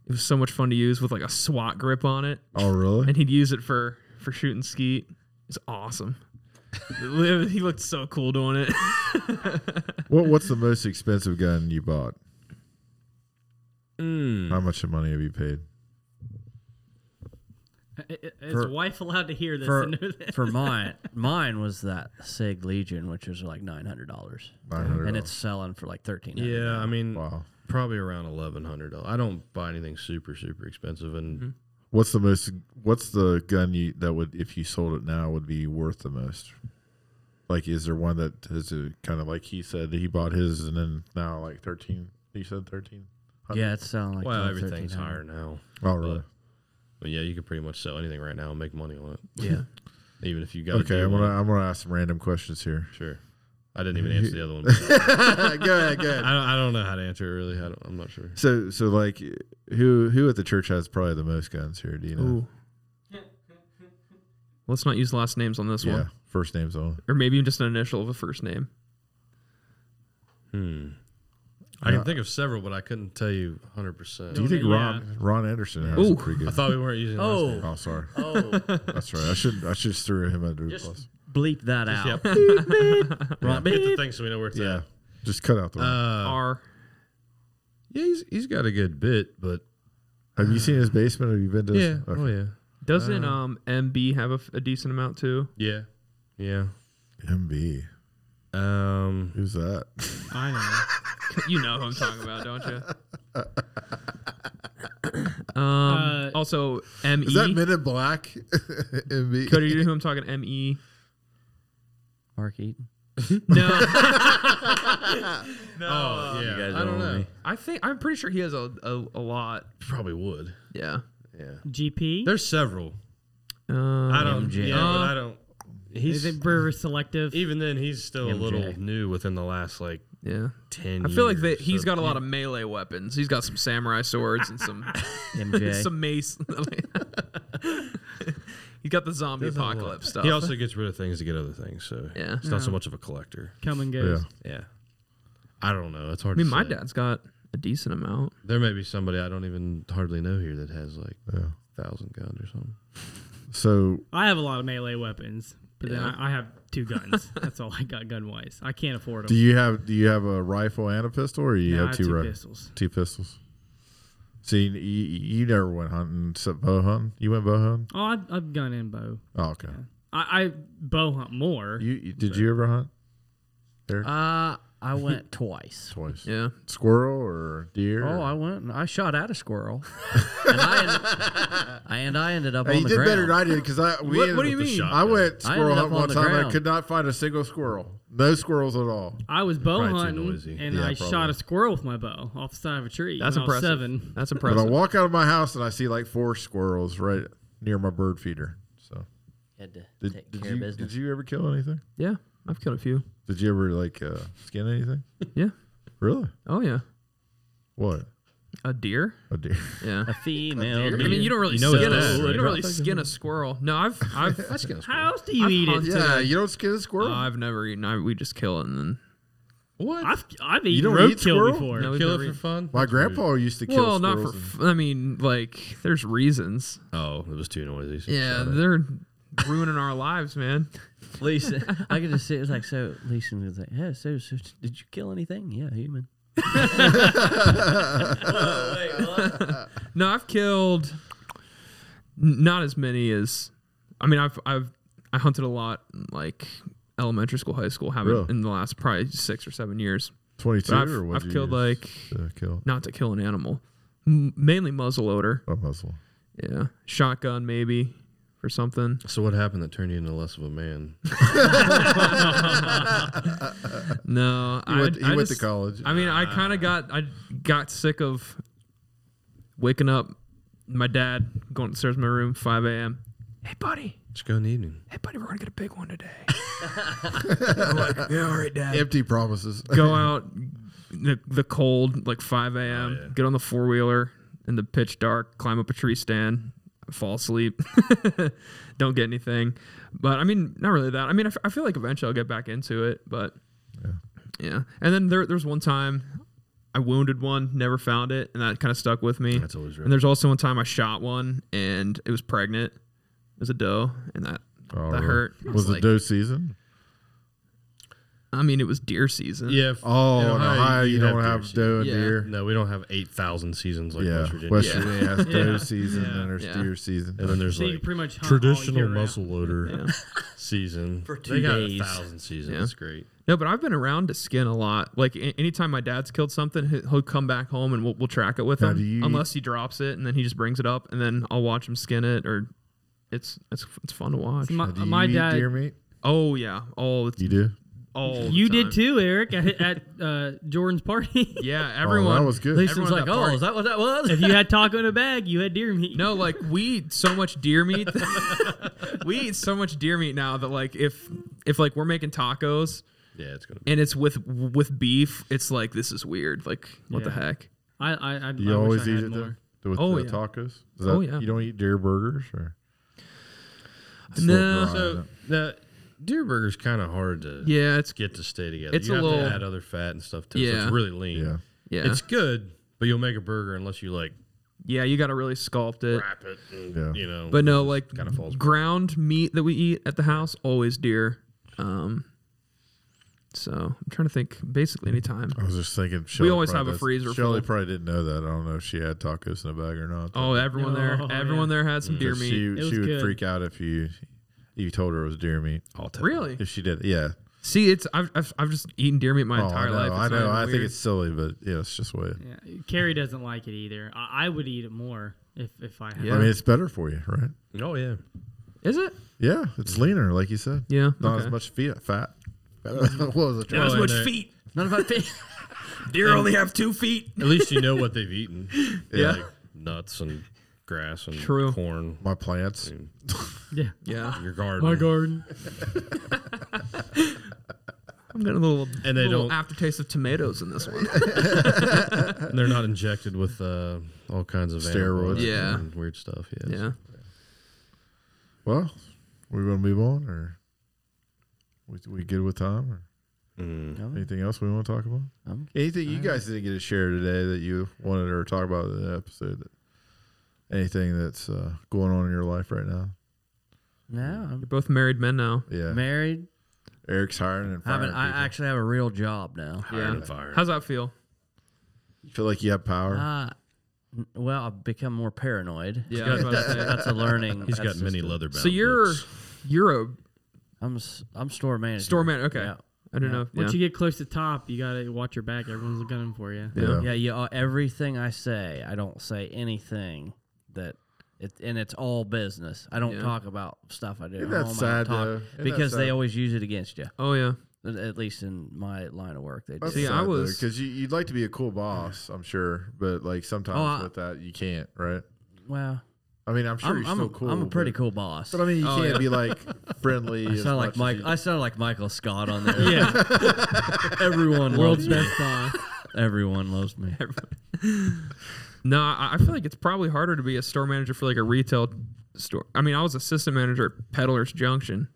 It was so much fun to use with like a SWAT grip on it, Oh, really? [LAUGHS] and he'd use it for for shooting skeet. It's awesome. [LAUGHS] It li- he looked so cool doing it. what What's the most expensive gun you bought? Mm. How much money have you paid? I- I- Is For- the wife allowed to hear [LAUGHS] this? for and [LAUGHS] know this? for mine [LAUGHS] mine was that Sig Legion which was like $900 Nine hundred. Oh, and it's selling for like 13 Yeah, I mean, wow. probably around eleven hundred. I don't buy anything super super expensive, and Mm-hmm. What's the most? What's the gun you that would if you sold it now would be worth the most? Like, is there one that is a, kind of like he said that he bought his and then now like thirteen? You said thirteen. Yeah, it's selling like well, 12, everything's 1300. higher now. Oh, really? But yeah, you could pretty much sell anything right now and make money on it, Yeah. even if you got. a Okay, I'm deal on gonna I'm gonna ask some random questions here. it. Sure. I didn't even answer [LAUGHS] the other one. but good, I good. don't, I don't know how to answer it really. I don't, I'm not sure. So, so like, who who at the church has probably the most guns here? Do you know? Ooh. [LAUGHS] Let's not use last names on this yeah, one, first names only. or maybe even just an initial of a first name. Hmm. I can think of several, but I couldn't tell you 100. percent Uh, Do you think yeah. Ron Ron Anderson has a Ooh. pretty good? I thought we weren't using. last Oh. names. oh, sorry, Oh, that's right. I should I should just threw him under the Just- bus. bleep that out. [LAUGHS] yeah. Ron- Get the thing so we know where it's Yeah, just cut out the. at. Uh, R. yeah, he's he's got a good bit, but Have you seen his basement? Have you been to? yeah, His, oh yeah. Doesn't uh, um MB have a, f- a decent amount too? Yeah, yeah. MB. Um, Who's that? I know. [LAUGHS] you know who I'm talking about, don't you? Um, [LAUGHS] Uh, also, E. ME. Is that Men in Black? Oh, MB. Cody, you know who I'm talking? E? [LAUGHS] ME. Mark Eaton. No, oh yeah, guys I don't don't know. know. I think I'm pretty sure he has a, a, a lot. Probably would. Yeah. Yeah, GP. there's several. Um, I don't. MJ. Yeah, but I don't. Is He's it Brewer selective? even then he's still a little MJ. new within the last like Yeah. ten. I feel like that years, he's so- got a lot of melee weapons. He's got some samurai swords and [LAUGHS] some MJ. [LAUGHS] some mace. he's got the zombie There's a lot. apocalypse stuff. He also gets rid of things to get other things, so Yeah. [LAUGHS] it's not so much of a collector. Come and Yeah. goes. Yeah, I don't know. It's I hard. mean, to my say. dad's got a decent amount. There may be somebody I don't even hardly know here that has like Yeah. a thousand guns or something. So I have a lot of melee weapons, but then Yeah. I, I have two guns. [LAUGHS] That's all I got gun wise. I can't afford them. do you have do you have a rifle and a pistol, or you No, I have two, rifles, pistols. two pistols? See, you, you you never went hunting except bow hunting. You went bow hunting. Oh, I've, I've gun and bow. Oh, okay. I, I bow hunt more. You, you did you ever hunt? Eric? Uh, [LAUGHS] I went twice. Twice. Yeah. Squirrel or deer? Oh, or- I went and I shot at a [LAUGHS] squirrel. and, I ended, and I ended up Hey, on you the did ground. better than I did because I. We What- ended what do up you with a mean? shotgun. I went I squirrel ended hunt up on one the time. and I ground. could not find a single squirrel. No squirrels at all. I was bow Probably too hunting noisy. and Yeah, I probably. shot a squirrel with my bow off the side of a tree. That's when I was impressive. seven. That's But I impressive. walk out of my house and I see like four squirrels right near my bird feeder. So Had to did, take did care you of business. did you ever kill anything? yeah. I've killed a few. Did you ever like uh, skin anything? Yeah. Really? Oh yeah. What? A deer? [LAUGHS] A deer? [LAUGHS] Yeah. a female. I mean, you don't really You know skin it's a, bad, you right? don't really skin a squirrel. No, I've [LAUGHS] I've How else do you I've eat hunted- it? Yeah, you don't skin a squirrel. I've never eaten. I, we just kill it and then. What? I've, I've eaten don't eat roadkill squirrel? before. No, we've Kill never it for eaten- fun. [LAUGHS] my grandpa used to kill Well, not for. squirrels and- f- I mean, like, there's reasons. Oh, it was too noisy. so Yeah, shut up. they're ruining our lives, man. [LAUGHS] Lisa, I could just see it was like so. Lisa was like, "Yeah, so, so did you kill anything? Yeah, human. No, I've killed n- not as many as. I mean, I've I've I hunted a lot, in, like elementary school, high school. Haven't Really? in the last probably six or seven years. 22 I've- or what? I've killed, like- kill Not to kill an animal, M- mainly muzzleloader. a muzzle. Yeah, shotgun maybe or something. So what happened that turned you into less of a man? No, He I went, he I went just- to college. I mean, I kind of got I got sick of waking up. My dad going upstairs to my room 5 a.m. Hey, buddy. Just go in the evening. Hey, buddy, we're gonna get a big one [LAUGHS] today. I'm like, yeah, all right, dad. Empty promises. [LAUGHS] Go out the, the cold, like Oh, 5 a.m. yeah. Get on the four wheeler in the pitch dark. Climb up a tree stand. Fall asleep. [LAUGHS] Don't get anything. But I mean, not really that. I mean, I, f- I feel like eventually I'll get back into it. But yeah, And then there there's one time I wounded one, never found it, and that kind of stuck with me. That's always And right. there's also one time I shot one and it was pregnant. It was a doe, and that Oh, that really? hurt. I Was it like- doe season? I mean, it was deer season. Yeah. if- Oh, in in Ohio, you, you'd don't deer have season. doe and Yeah. deer. No, we don't have eight thousand seasons like yeah, West Virginia. West Yeah. Virginia [LAUGHS] has Yeah. doe season, Yeah. and there's Yeah. deer season. And then there's So you like can pretty much hunt all traditional year round. muzzleloader Yeah. [LAUGHS] season. For two they got days. a thousand seasons. Yeah. That's great. No, but I've been around to skin a lot. Like a- anytime my dad's killed something, he- he'll come back home and we'll, we'll track it with Now, him. do you- Unless he drops it and then he just brings it up, and then I'll watch him skin it. Or it's it's it's fun to watch. My, Now, do you my eat dad. deer meat? oh yeah, all it's You do? Oh, all. the You did time. too, Eric, at, at uh, Jordan's party. [LAUGHS] Yeah, Oh, everyone. that was good. Lisa's Everyone at like, that "Oh, party- is that what that was?" if you had taco in a bag, you had deer meat. No, like we eat so much deer meat. [LAUGHS] we eat so much deer meat now that like if if like we're making tacos Yeah, it's gonna be. and it's with with beef, it's like this is weird. Like what the Yeah. heck? I, I, I, Do you I always wish I eat had it more. then? with Oh, the yeah. tacos? Is Oh, that- yeah. You don't eat deer burgers or? It's No. not dry, So the deer burger's kind of hard to Yeah, it's get to stay together. It's you a have little- to add other fat and stuff to it. So Yeah. it's really lean. yeah. yeah, It's good, but you'll make a burger unless you like yeah. You got to really sculpt it. wrap it. And, Yeah. You know. But no, like kinda falls apart. ground meat that we eat at the house, always deer. Um, So I'm trying to think. Basically, anytime. I was just thinking. Shelley always probably have a does- freezer Shelley full. probably didn't know that. I don't know if she had tacos in a bag or not. Oh, everyone there, Oh, everyone there had some deer But meat. She, was she would good. freak out if you you told her it was deer meat. I'll tell you. really? If she did, yeah. See, it's I've, I've I've just eaten deer meat my oh, I entire know. life. I not know. even I think weird. it's silly, but yeah, it's just way. Yeah, Carrie doesn't like it either. I, I would eat it more if if I had. Yeah. I mean, it's better for you, right? Oh yeah. is it? Yeah, it's leaner, like you said. Yeah. Not okay. as much fat. Fat. [LAUGHS] what was it? Well, and, uh, feet. [LAUGHS] None of my [LAUGHS] feet. Deer only have two feet. At least you know what they've eaten. Yeah. Like nuts and grass and True. corn. My plants. yeah. Yeah, Your garden. garden. I'm getting a little And they little don't- aftertaste of tomatoes in this one. They're not injected with uh, all kinds of Steroids. steroids. Yeah. And weird stuff. [LAUGHS] Yeah. yeah, Well, we want to move on, or we, we good with time, or Mm. anything else we want to talk about? I'm- anything you guys didn't get to share today that you wanted or talk about in the episode? That, anything that's uh, going on in your life right now? No, you're both married men now. Yeah, I'm married. Eric's hiring and I, firing. have an, people. I actually have a real job now. Iron Yeah. and fire. How's that feel? You feel like you have power. Uh, n- well, I've become more paranoid. Yeah, I was about to [LAUGHS] say. that's a learning. He's that's got just many a- leather bound So you're books. you're a I'm s- I'm store manager. store man. Okay, Yeah. I don't know. Once yeah. you get close to top, you gotta watch your back. Everyone's gunning for you. yeah. Yeah, you, uh, everything I say, I don't say anything that, it, and it's all business. I don't Yeah. talk about stuff I do. Isn't at that home. I don't sad, talk- though? Isn't that because they sad? always use it against you. oh yeah, At- At least in my line of work, they do. See, I was- because you, you'd like to be a cool boss, I'm sure, but like sometimes Oh, I- with that you can't, right? well, I mean, I'm sure I'm you're I'm still a, cool. I'm a pretty but, cool boss. But I mean, you Oh, can't yeah. be [LAUGHS] like friendly. I as sound much like as Mike. you- I sound like Michael [LAUGHS] Scott on there. Yeah, [LAUGHS] everyone world's loves me. best boss. Everyone loves me. no, I, I feel like it's probably harder to be a store manager for like a retail store. I mean, I was assistant manager at Peddler's Junction,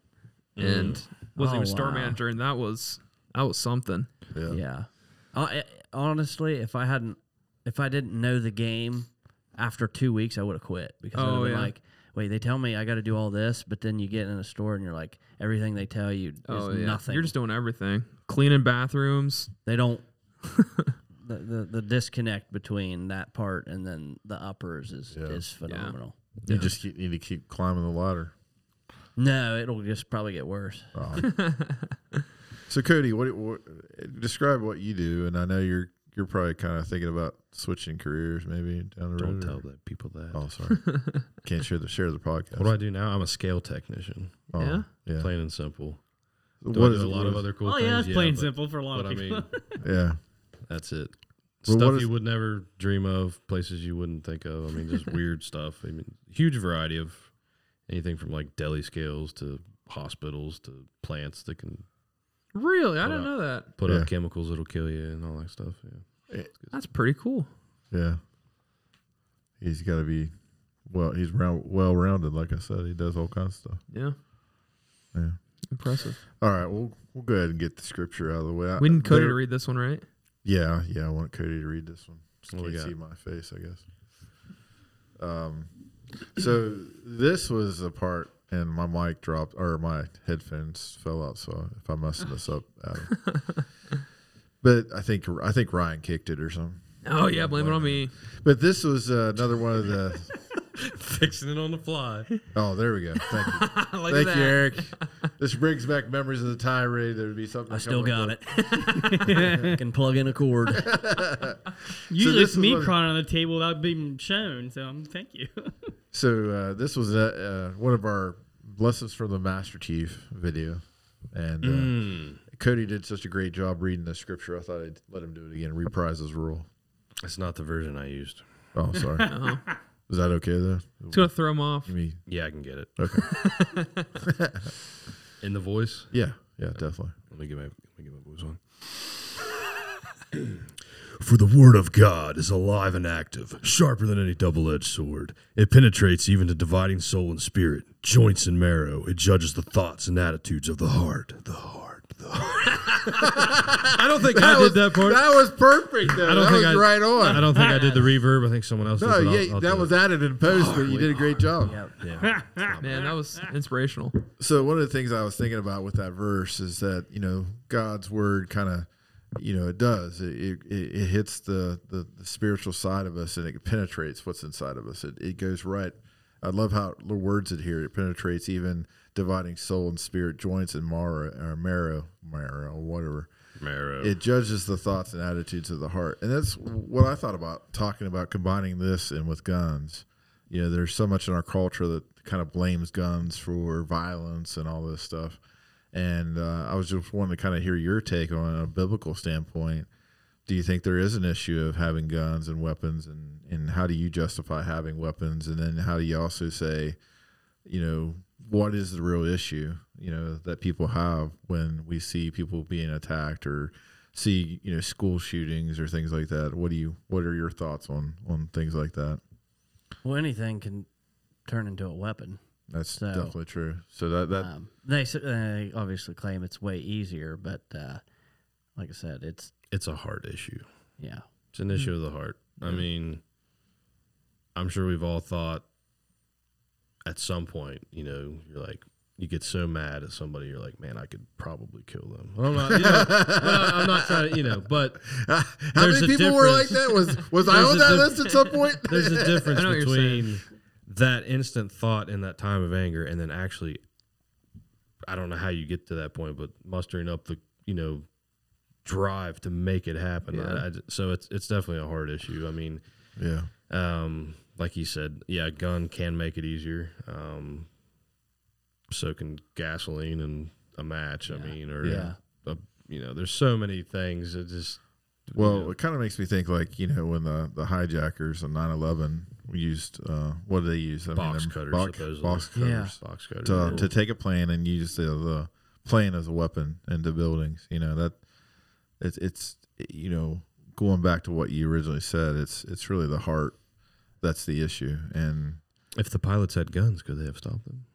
and wasn't Oh, even store wow. manager, and that was that was something. Yeah. Yeah. Uh, I- honestly, if I hadn't, if I didn't know the game after two weeks, I would have quit because I'd Oh, have been yeah. like, wait, they tell me I got to do all this, but then you get in a store and you're like, everything they tell you is Oh yeah, nothing. you're just doing everything, cleaning bathrooms. they don't. the, the the disconnect between that part and then the uppers is Yeah. is phenomenal. You just keep, need to keep climbing the [LAUGHS] ladder. No, it'll just probably get worse. Uh-huh. So Cody, what, what describe what you do? And I know you're you're probably kind of thinking about switching careers, maybe down the Don't road. tell or- that people that. Oh, [LAUGHS] sorry, can't share the share the podcast. What do I do now? I'm a scale technician. Oh, Yeah? yeah. Plain and simple. What Do I do is a it- lot what of is- other cool Oh things. yeah, that's plain and but- simple for a lot But of I people. [LAUGHS] mean, Yeah, that's it. Well, what stuff is- you would never dream of, places you wouldn't think of. I [LAUGHS] mean, just weird stuff. I mean, huge variety of anything from like deli scales to hospitals to plants that can Really, I Hold didn't up. know that. put Yeah. up chemicals that'll kill you and all that stuff. Yeah. That's pretty cool. yeah. He's got to be well. He's round, well rounded. Like I said, he does all kinds of stuff. Yeah, Yeah. impressive. All right, we'll we'll go ahead and get the scripture out of the way. I- We need Cody Uh, there- to read this one, right? Yeah, yeah. I want Cody to read this one. Just What we can't see got? my face, I guess. Um, so this was the part, and my mic dropped, or my headphones fell out. So if I mess this up, Adam. [LAUGHS] but I think I think Ryan kicked it or something. Oh yeah, blame it on me. [LAUGHS] But this was uh, another one of the. Fixing it on the fly. Oh, there we go. Thank you, Look at thank that. you, [LAUGHS] Eric. This brings back memories of the tirade. There would be something. I that come still up with- got it. [LAUGHS] Can plug in a cord. Usually this it's is me what- crawling on the table without being shown. So um, thank you. So uh, this was uh, uh, one of our blessings from the Master Chief video, and uh, Mm. Cody did such a great job reading the scripture. I thought I'd let him do it again, reprise his rule. That's not the version I used. Oh, sorry. [LAUGHS] [LAUGHS] Is that okay though? It's gonna Uh-huh. throw him off. I mean, Yeah, I can get it. Okay. [LAUGHS] In the voice. yeah, yeah, definitely. Let me get my let me get my voice on. [CLEARS THROAT] For the word of God is alive and active, sharper than any double-edged sword. It penetrates even to dividing soul and spirit, [LAUGHS] joints and marrow. It judges the thoughts and attitudes of the heart. The heart. The heart. I don't think I did was, that part. That was perfect. Though. I don't that think was I, right on. I don't think I [LAUGHS] did the reverb. I think someone else. No, did, but I'll- yeah, I'll that do was it. added in post, but you did a great job. Yep. Yeah. Man, that was inspirational. So one of the things I was thinking about with that verse is that you know God's word kind of, you know, it does it, it, it hits the, the the spiritual side of us and it penetrates what's inside of us. It, it goes right. I love how the words it here. It penetrates even dividing soul and spirit, joints and marrow or marrow, marrow, whatever. Marrow. It judges the thoughts and attitudes of the heart, and that's what I thought about talking about combining this and with guns. You know, there's so much in our culture that kind of blames guns for violence and all this stuff. And uh, I was just wanting to kind of hear your take on a biblical standpoint. Do you think there is an issue of having guns and weapons, and and how do you justify having weapons, and then how do you also say, you know what is the real issue you know that people have when we see people being attacked or see you know school shootings or things like that what do you what are your thoughts on on things like that Well, anything can turn into a weapon. that's So- definitely true so that that Um, they s- they obviously claim it's way easier, but uh, like I said, it's it's a heart issue. yeah. It's an Hmm. issue of the heart. I mean, I'm sure we've all thought at some point, you know, you're like, you get so mad at somebody, you're like, man, I could probably kill them. I'm [LAUGHS] not, you know, but I- I'm not trying to, you know, but how there's many a people were like difference. that was was i There's on a that diff- list at some [LAUGHS] point there's a difference I know what you're saying. between that instant thought and that time of anger and then actually I don't know how you get to that point, but mustering up the, you know, drive to make it happen. Yeah. I- I j- so it's it's definitely a hard issue. I mean, yeah um, like you said, yeah, a gun can make it easier. Um, so can gasoline and a match. I mean, or Yeah. a, you know, there's so many things that just Well, you know, it kind of makes me think, like you know, when the, the hijackers on 9-11 used uh, what did they use? I Box them cutters, box, supposedly. box cutters, Yeah. box cutters. to, or- to take a plane and use the, the plane as a weapon into buildings. You know that it's it's you know going back to what you originally said. It's it's really the heart that's the issue, and if the pilots had guns, could they have stopped them?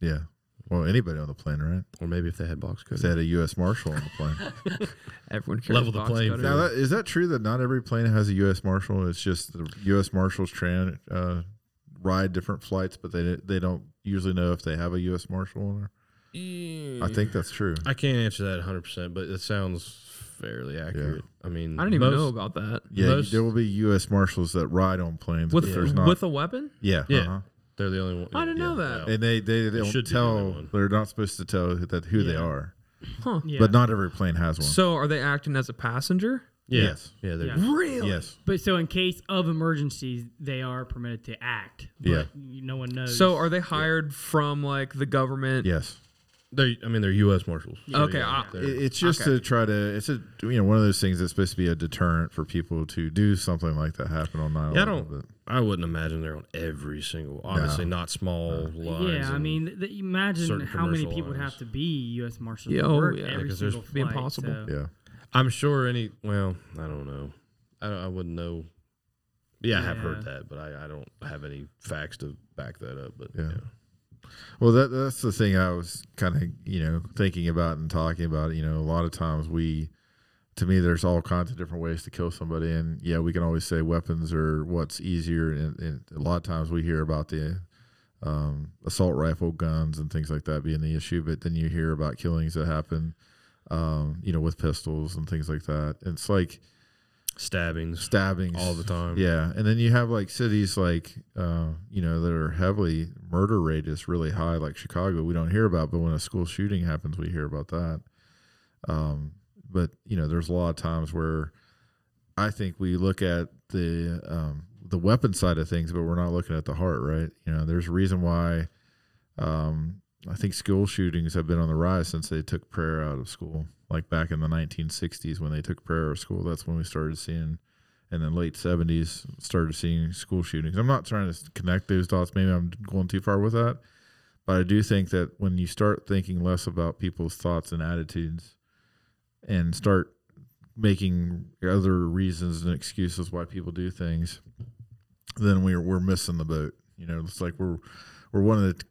yeah. Well, anybody on the plane, right? Or maybe if they had box cutters. If they had a U.S. Marshal on the plane. Everyone carries Level the box playing cutters. now, that, is that true that not every plane has a U.S. Marshal? It's just the U.S. Marshals tran, uh, ride different flights, but they they don't usually know if they have a U.S. Marshal on there. I think that's true. I can't answer that 100, percent but it sounds fairly accurate. I mean, I didn't even most- know about that. Yeah, Most- there will be U.S. Marshals that ride on planes. With but there's not. with a weapon? yeah, Yeah. Uh-huh. They're the only one. I didn't know that. yeah. And they they, they don't should be the only tell. one. They're not supposed to tell who- that who they Yeah. are. Huh. Yeah. But not every plane has one. So are they acting as a passenger? Yeah, Yes. yeah, they're- Yeah. Really? yes, But so in case of emergencies, they are permitted to act. But Yeah. No one knows. So are they hired from like the government? yes. They, I mean, they're U.S. marshals. So, Okay, yeah, I- they're- It- It's just Okay. to try to. It's a you know one of those things that's supposed to be a deterrent for people to do something like that happen on 9 Yeah, I don't. I wouldn't imagine they're on every single. Obviously, not small lines. Yeah, I and- mean, th- th- imagine certain how many commercial people would lines. have to be U.S. Marshals Yeah, to oh, work yeah, every 'cause there's- single it'd be flight, impossible. so- Yeah. I'm sure any. Well, I don't know. I don't, I wouldn't know. Yeah, I have heard Yeah. that, but I, I don't have any facts to back that up. But yeah, Yeah. Well, that that's the thing I was kind of you know thinking about and talking about. You know, a lot of times we, to me, there's all kinds of different ways to kill somebody, and yeah, we can always say weapons are what's easier, and, and a lot of times we hear about the um, assault rifle guns and things like that being the issue, but then you hear about killings that happen, um, you know, with pistols and things like that. And it's like stabbings stabbings all the time. yeah, and then you have like cities like uh, you know that are heavily murder rate is really high, like Chicago. We don't hear about, but when a school shooting happens, we hear about that. Um, but you know, there's a lot of times where I think we look at the um, the weapon side of things, but we're not looking at the heart, right? You know, there's a reason why um, I think school shootings have been on the rise since they took prayer out of school. Like back in the 1960s, when they took prayer out of school, that's when we started seeing and then late 70s started seeing school shootings. I'm not trying to s- connect those dots. Maybe I'm going too far with that. But I do think that when you start thinking less about people's thoughts and attitudes and start making other reasons and excuses why people do things, then we're, we're missing the boat. You know, it's like we're, we're wanting to,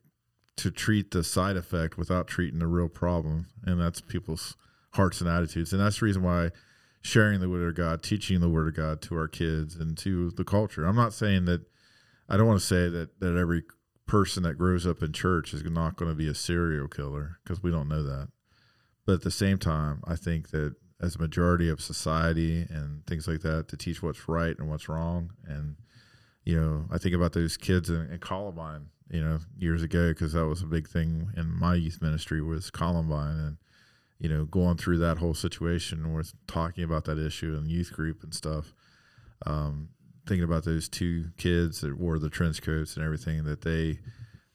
to treat the side effect without treating the real problem. And that's people's hearts and attitudes. And that's the reason why sharing the word of God, teaching the word of God to our kids and to the culture. I'm not saying that I don't want to say that that every person that grows up in church is not going to be a serial killer because we don't know that. But at the same time, I think that as a majority of society and things like that, to teach what's right and what's wrong, and you know, I think about those kids in, in Columbine, you know, years ago because that was a big thing in my youth ministry was Columbine and you know going through that whole situation with talking about that issue in youth group and stuff um, thinking about those two kids that wore the trench coats and everything that they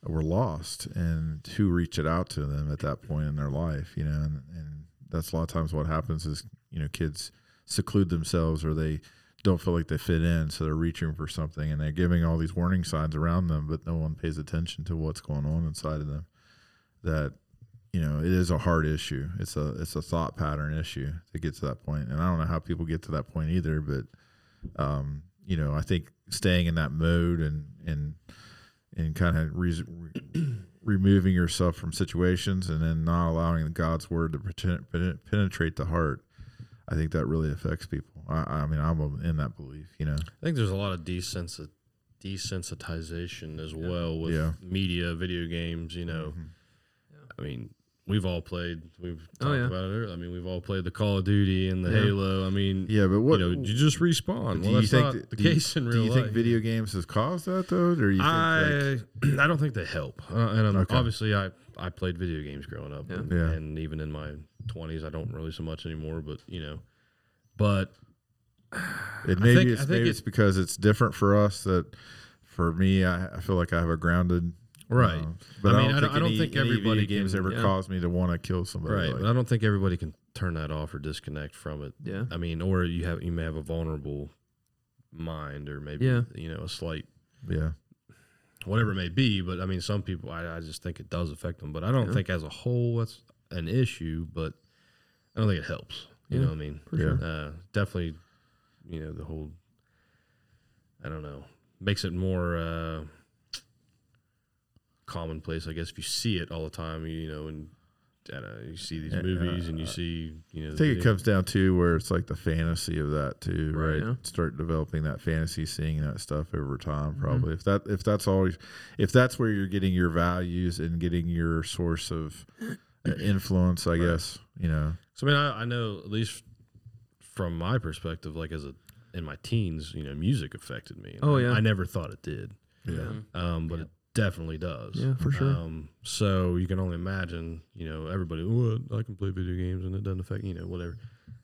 were lost and who reached it out to them at that point in their life you know and, and that's a lot of times what happens is you know kids seclude themselves or they don't feel like they fit in so they're reaching for something and they're giving all these warning signs around them but no one pays attention to what's going on inside of them that you know it is a hard issue it's a it's a thought pattern issue to get to that point and i don't know how people get to that point either but um you know i think staying in that mode and and and kind of re- re- removing yourself from situations and then not allowing god's word to pretend, pen- penetrate the heart i think that really affects people i, I mean i'm a- in that belief you know I think there's a lot of desensi- desensitization as well with Yeah. media, video games. You know, Mm-hmm. I mean, we've all played. We've talked Oh, yeah. about it. Earlier. I mean, we've all played the Call of Duty and the Yeah. Halo. I mean, yeah but what you know, you just respawn. do Well, you that's think not that- the do you- case in real do you life. think video games has caused that though or do you think like- I [CLEARS THROAT] I don't think they help. Uh, and I'm- Okay. obviously, I I played video games growing up, Yeah. And, Yeah. and even in my 20s, I don't really so much anymore. But you know, but It maybe think- it's I think maybe it- it's because it's different for us that for me I, I feel like I have a grounded Right. uh, but I, mean, I don't, I don't think think any video everybody games can- ever yeah. caused me to want to kill somebody. right. like- But I don't think everybody can turn that off or disconnect from it. Yeah. I mean, or you have you may have a vulnerable mind, or maybe Yeah. you know a slight yeah. whatever it may be. But I mean, some people I, I just think it does affect them. But I don't think as a whole that's an issue. But I don't think it helps. You Yeah, know what I mean? for Yeah. sure. Uh, definitely. You know the whole. I don't know. Makes it more. Uh, commonplace i guess if you see it all the time you, know and I don't know, you see these Yeah, movies and you see you know I the think it video- comes down to where it's like the fantasy of that too, right? Right, yeah. Start developing that fantasy, seeing that stuff over time, probably. If that if that's always, if that's where you're getting your values and getting your source of uh, influence, I guess you know. So I mean, I, I know at least from my perspective, like as a in my teens, you know, music affected me. Oh, yeah. I never thought it did, Yeah. Uh, um, but it definitely does. Yeah, for sure. Um, so you can only imagine, you know, everybody. Well, I can play video games and it doesn't affect you know whatever.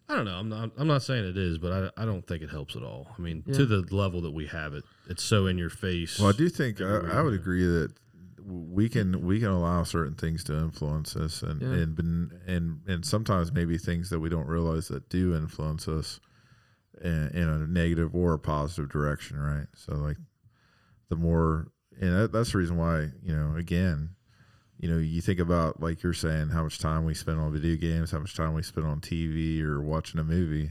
I don't know. I'm not. I'm not saying it is, but I, I don't think it helps at all. I mean, Yeah. to the level that we have it, it's so in your face. Well, I do think I, everywhere, I would yeah. agree that we can we can allow certain things to influence us, and Yeah. and ben- and and sometimes maybe things that we don't realize that do influence us in, in a negative or a positive direction, right? So like the more, and that, that's the reason why you know again. You know, you think about like you're saying how much time we spend on video games, how much time we spend on TV or watching a movie.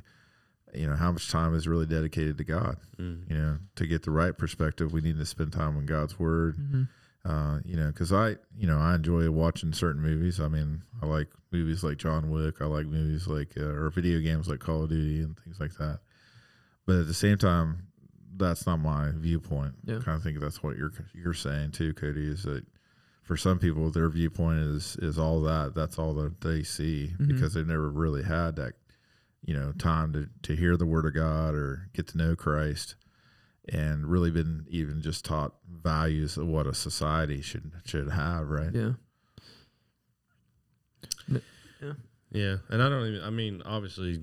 You know, how much time is really dedicated to God Mm. you know to get the right perspective we need to spend time on god's word Mhm. uh, you know because i you know i enjoy watching certain movies i mean i like movies like john wick i like movies like uh, or video games like call of duty and things like that but at the same time that's not my viewpoint Yeah. kind of think that's what you're you're saying too cody is that for some people their viewpoint is is all that that's all that they see because they've never really had that you know time to to hear the word of god or get to know christ and really been even just taught values of what a society should should have right Yeah. Yeah, and I don't even. I mean, obviously,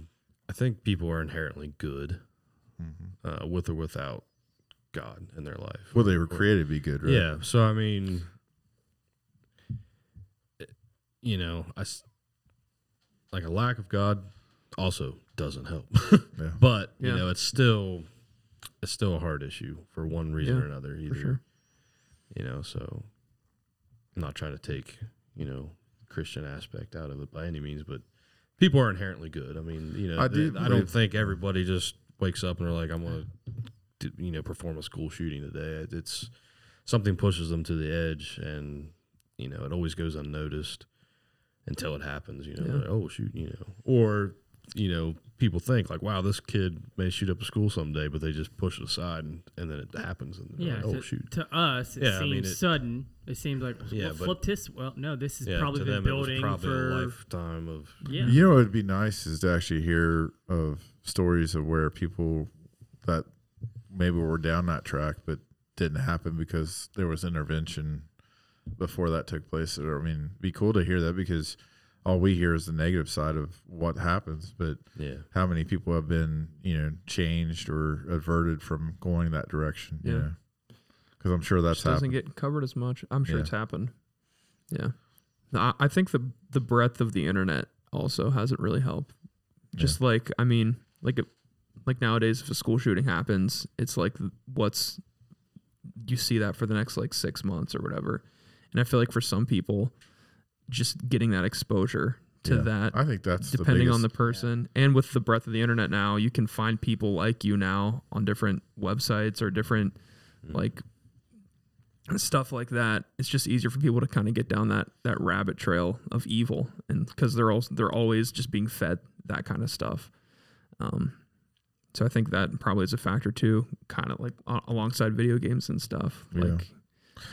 I think people are inherently good, uh, with or without God in their life. Mm-hmm. well they were created to be good right Yeah. So I mean, it- you know, I s- like a lack of God also doesn't help. [LAUGHS] Yeah. But Yeah. you know, it's still it's still a hard issue for one reason Yeah, or another. Either sure. you know, so I'm not trying to take you know Christian aspect out of it by any means, but people are inherently good. I mean, you know, I I, do I believe- don't think everybody just wakes up and they're like, I'm gonna do- you know perform a school shooting today. It's something pushes them to the edge, and you know it always goes unnoticed. until it happens. You know, like, oh shoot, you know, or you know, people think like, wow, this kid may shoot up a school someday, but they just push it aside and, and then it happens. And they're Yeah. like, oh to, shoot, To us, it Yeah, I seems mean, it- sudden. It seems like Yeah, well, but- flip this. Well, no, this has yeah, probably to been them it building was probably for a lifetime of yeah. You know, what would be nice is to actually hear of stories of where people that maybe were down that track but didn't happen because there was intervention before that took place. Or, I mean, it'd be cool to hear that because all we hear is the negative side of what happens, but yeah. how many people have been, you know, changed or averted from going that direction? Yeah. You Because I'm sure that's just doesn't happened. get covered as much. I'm sure Yeah. it's happened. Yeah, No, I, I think the the breadth of the internet also hasn't really helped. Just like I mean, like it, like nowadays, if a school shooting happens, it's like what's you see that for the next like six months or whatever. And I feel like for some people, just getting that exposure to Yeah. that I think that's depending the on the biggest- person and with the breadth of the internet now you can find people like you now on different websites or different Mm. like stuff like that it's just easier for people to kind of get down that that rabbit trail of evil and because they're also they're always just being fed that kind of stuff um so i think that probably is a factor too kind of like a- alongside video games and stuff Yeah. like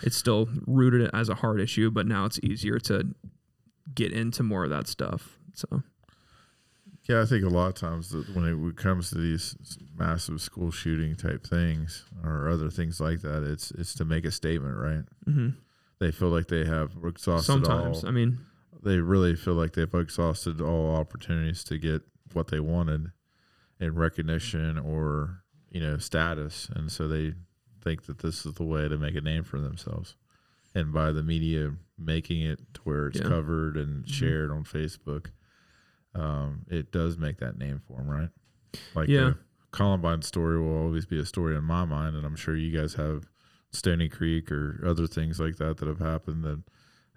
it's still rooted as a hard issue but now it's easier to get into more of that stuff so Yeah, I think a lot of times that when it w- comes to these s- massive school shooting type things or other things like that, it's it's to make a statement, right? hmm They feel like they have exhausted Sometimes, all. I mean, they really feel like they've exhausted all opportunities to get what they wanted in recognition or you know status, and so they think that this is the way to make a name for themselves, and by the media making it to where it's Yeah. covered and shared on Facebook, um, it does make that name for them, right? Like Yeah. the Columbine story will always be a story in my mind, and I'm sure you guys have Stony Creek or other things like that that have happened that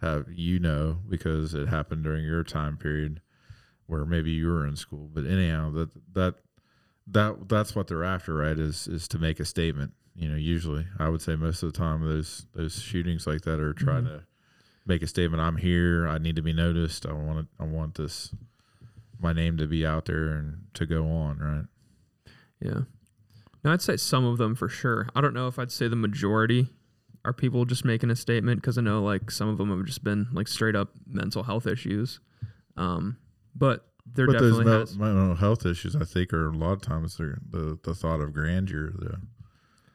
have you know because it happened during your time period where maybe you were in school. But anyhow, that that that that's what they're after, right? Is is to make a statement. You know, usually I would say most of the time those those shootings like that are trying Mm-hmm. to make a statement. I'm here. I need to be noticed. I want I want this my name to be out there and to go on, right? yeah. Now I'd say some of them for sure. I don't know if I'd say the majority are people just making a statement because I know like some of them have just been like straight up mental health issues. Um, but there but those definitely men- has mental health issues, I think, are a lot of times they're the the thought of grandeur, the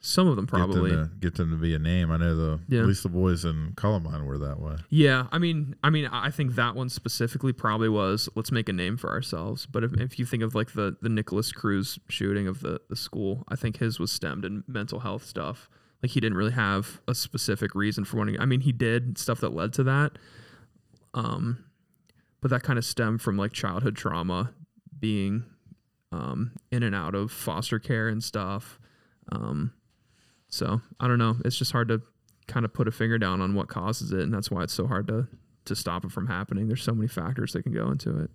some of them get probably. them, to, get them to be a name. I know the Yeah. at least the boys in Columbine were that way. Yeah, I mean, I mean, I I think that one specifically probably was let's make a name for ourselves. But if, if you think of like the the Nicholas Cruz shooting of the the school, I think his was stemmed in mental health stuff. Like he didn't really have a specific reason for wanting. I mean, he did stuff that led to that. Um, but that kind of stemmed from like childhood trauma, being um, in and out of foster care and stuff. Um, so I don't know. It's just hard to kind of put a finger down on what causes it, and that's why it's so hard to to stop it from happening. There's so many factors that can go into it.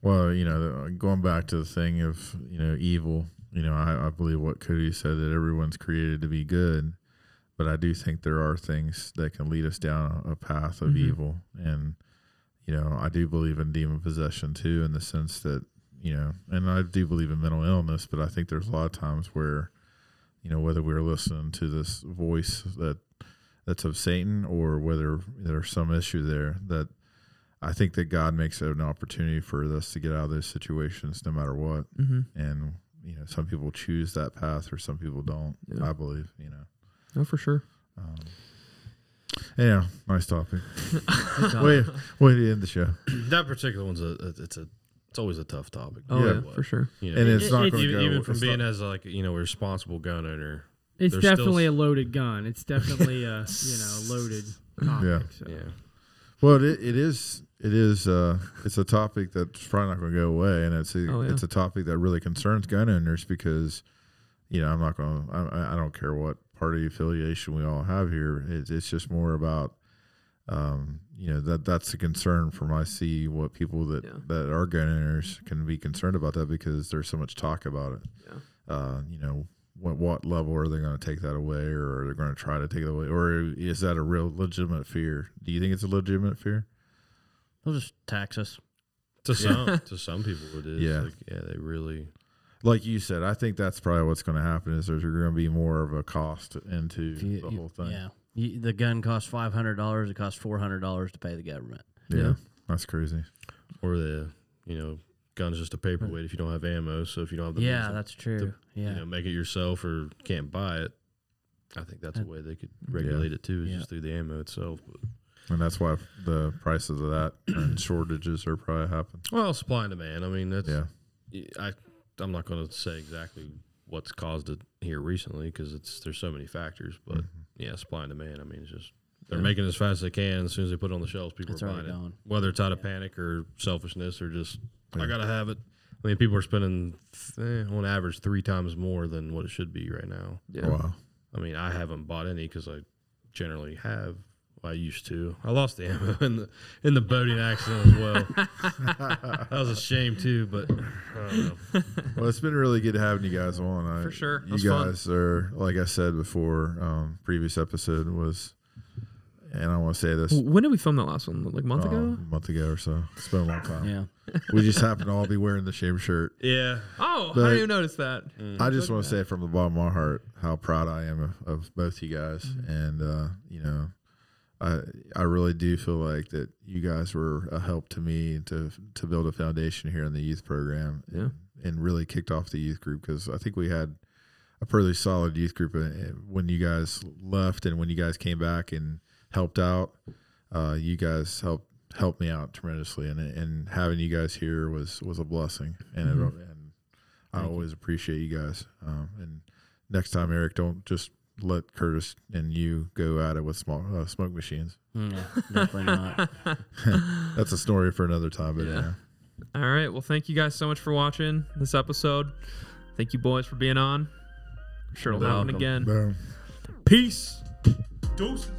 Well, you know, going back to the thing of you know evil. You know, I, I believe what Cody said that everyone's created to be good, but I do think there are things that can lead us down a path of Mhm. evil, and you know, I do believe in demon possession too, in the sense that you know, and I do believe in mental illness, but I think there's a lot of times where, you know, whether we're listening to this voice that that's of Satan or whether there's some issue there that I think that God makes it an opportunity for us to get out of those situations no matter what. Mm-hmm. And, you know, some people choose that path or some people don't, Yeah. I believe, you know. No, Oh, for sure. Um, yeah, nice topic. Good God. Way, way to end the show. [CLEARS THROAT] that particular one's a a- it's a it's always a tough topic. no Oh yeah, matter what, for sure. you know. And it's It- not it- going to even, go. even from it's being not- as like you know a responsible gun owner, It's There's still definitely s- a loaded gun. It's definitely a you [LAUGHS] know loaded topic. Yeah. So. yeah, well, it, it is, it is, uh, it's a topic that's probably not going to go away. And it's a, Oh, yeah. it's a topic that really concerns gun owners because, you know, I'm not going to, I, I don't care what party affiliation we all have here. It, it's just more about, um, you know, that that's a concern from I see what people that, Yeah. that are gun owners can be concerned about that because there's so much talk about it. Uh, you know, what what level are they going to take that away, or are they going to try to take it away, or is that a real legitimate fear? Do you think it's a legitimate fear? They'll just tax us. To some, to some people, it is. Yeah. like, yeah, they really. Like you said, I think that's probably what's going to happen is there's going to be more of a cost into You- the you- whole thing. Yeah. You, the gun costs five hundred dollars. It costs four hundred dollars to pay the government. Yeah. Yeah. that's crazy. or the you know gun's just a paperweight if you don't have ammo so if you don't have the means yeah, to, that's true. yeah, you know make it yourself or can't buy it i think that's a way they could regulate it too is Yeah. just through the ammo itself but, And that's why the prices of that and shortages are probably happening. well supply and demand i mean that's Yeah. i i'm not going to say exactly what's caused it here recently because it's there's so many factors but Mm. yeah supply and demand i mean it's just they're making it as fast as they can. As soon as they put it on the shelves, people It's are already buying it. gone. Whether it's out of panic or selfishness or just I gotta have it. I mean, people are spending eh, on average three times more than what it should be right now. Yeah. Wow. I mean, I haven't bought any because I generally have. I used to. I lost the ammo in the in the boating accident as well. that was a shame too. But I don't know. Well, it's been really good having you guys on. I, For sure. That You was fun. guys are, like I said before, um, previous episode was, and I want to say this W- When did we film that last one? Like a month um, ago? a month ago or so. It's been a long time. yeah. We just happen to all be wearing the same shirt. yeah, Oh, I but- didn't even notice that. Mm-hmm. I just want to say from the bottom of my heart how proud I am of, of both you guys, and uh, you know, I I really do feel like that you guys were a help to me to to build a foundation here in the youth program, Yeah. and really kicked off the youth group because I think we had a pretty solid youth group uh, uh, when you guys left and when you guys came back and helped out. Uh, you guys helped helped me out tremendously, and and having you guys here was was a blessing, and it, and I always appreciate Mm-hmm. you guys. Um, and next time, Eric, don't just let Curtis and you go at it with small, uh, smoke machines. No, Mm, definitely not. That's a story for another time. But yeah. All right. Well, thank you guys so much for watching this episode. Thank you, boys, for being on. I'm sure it'll happen welcome. again. Boom. Peace. doses.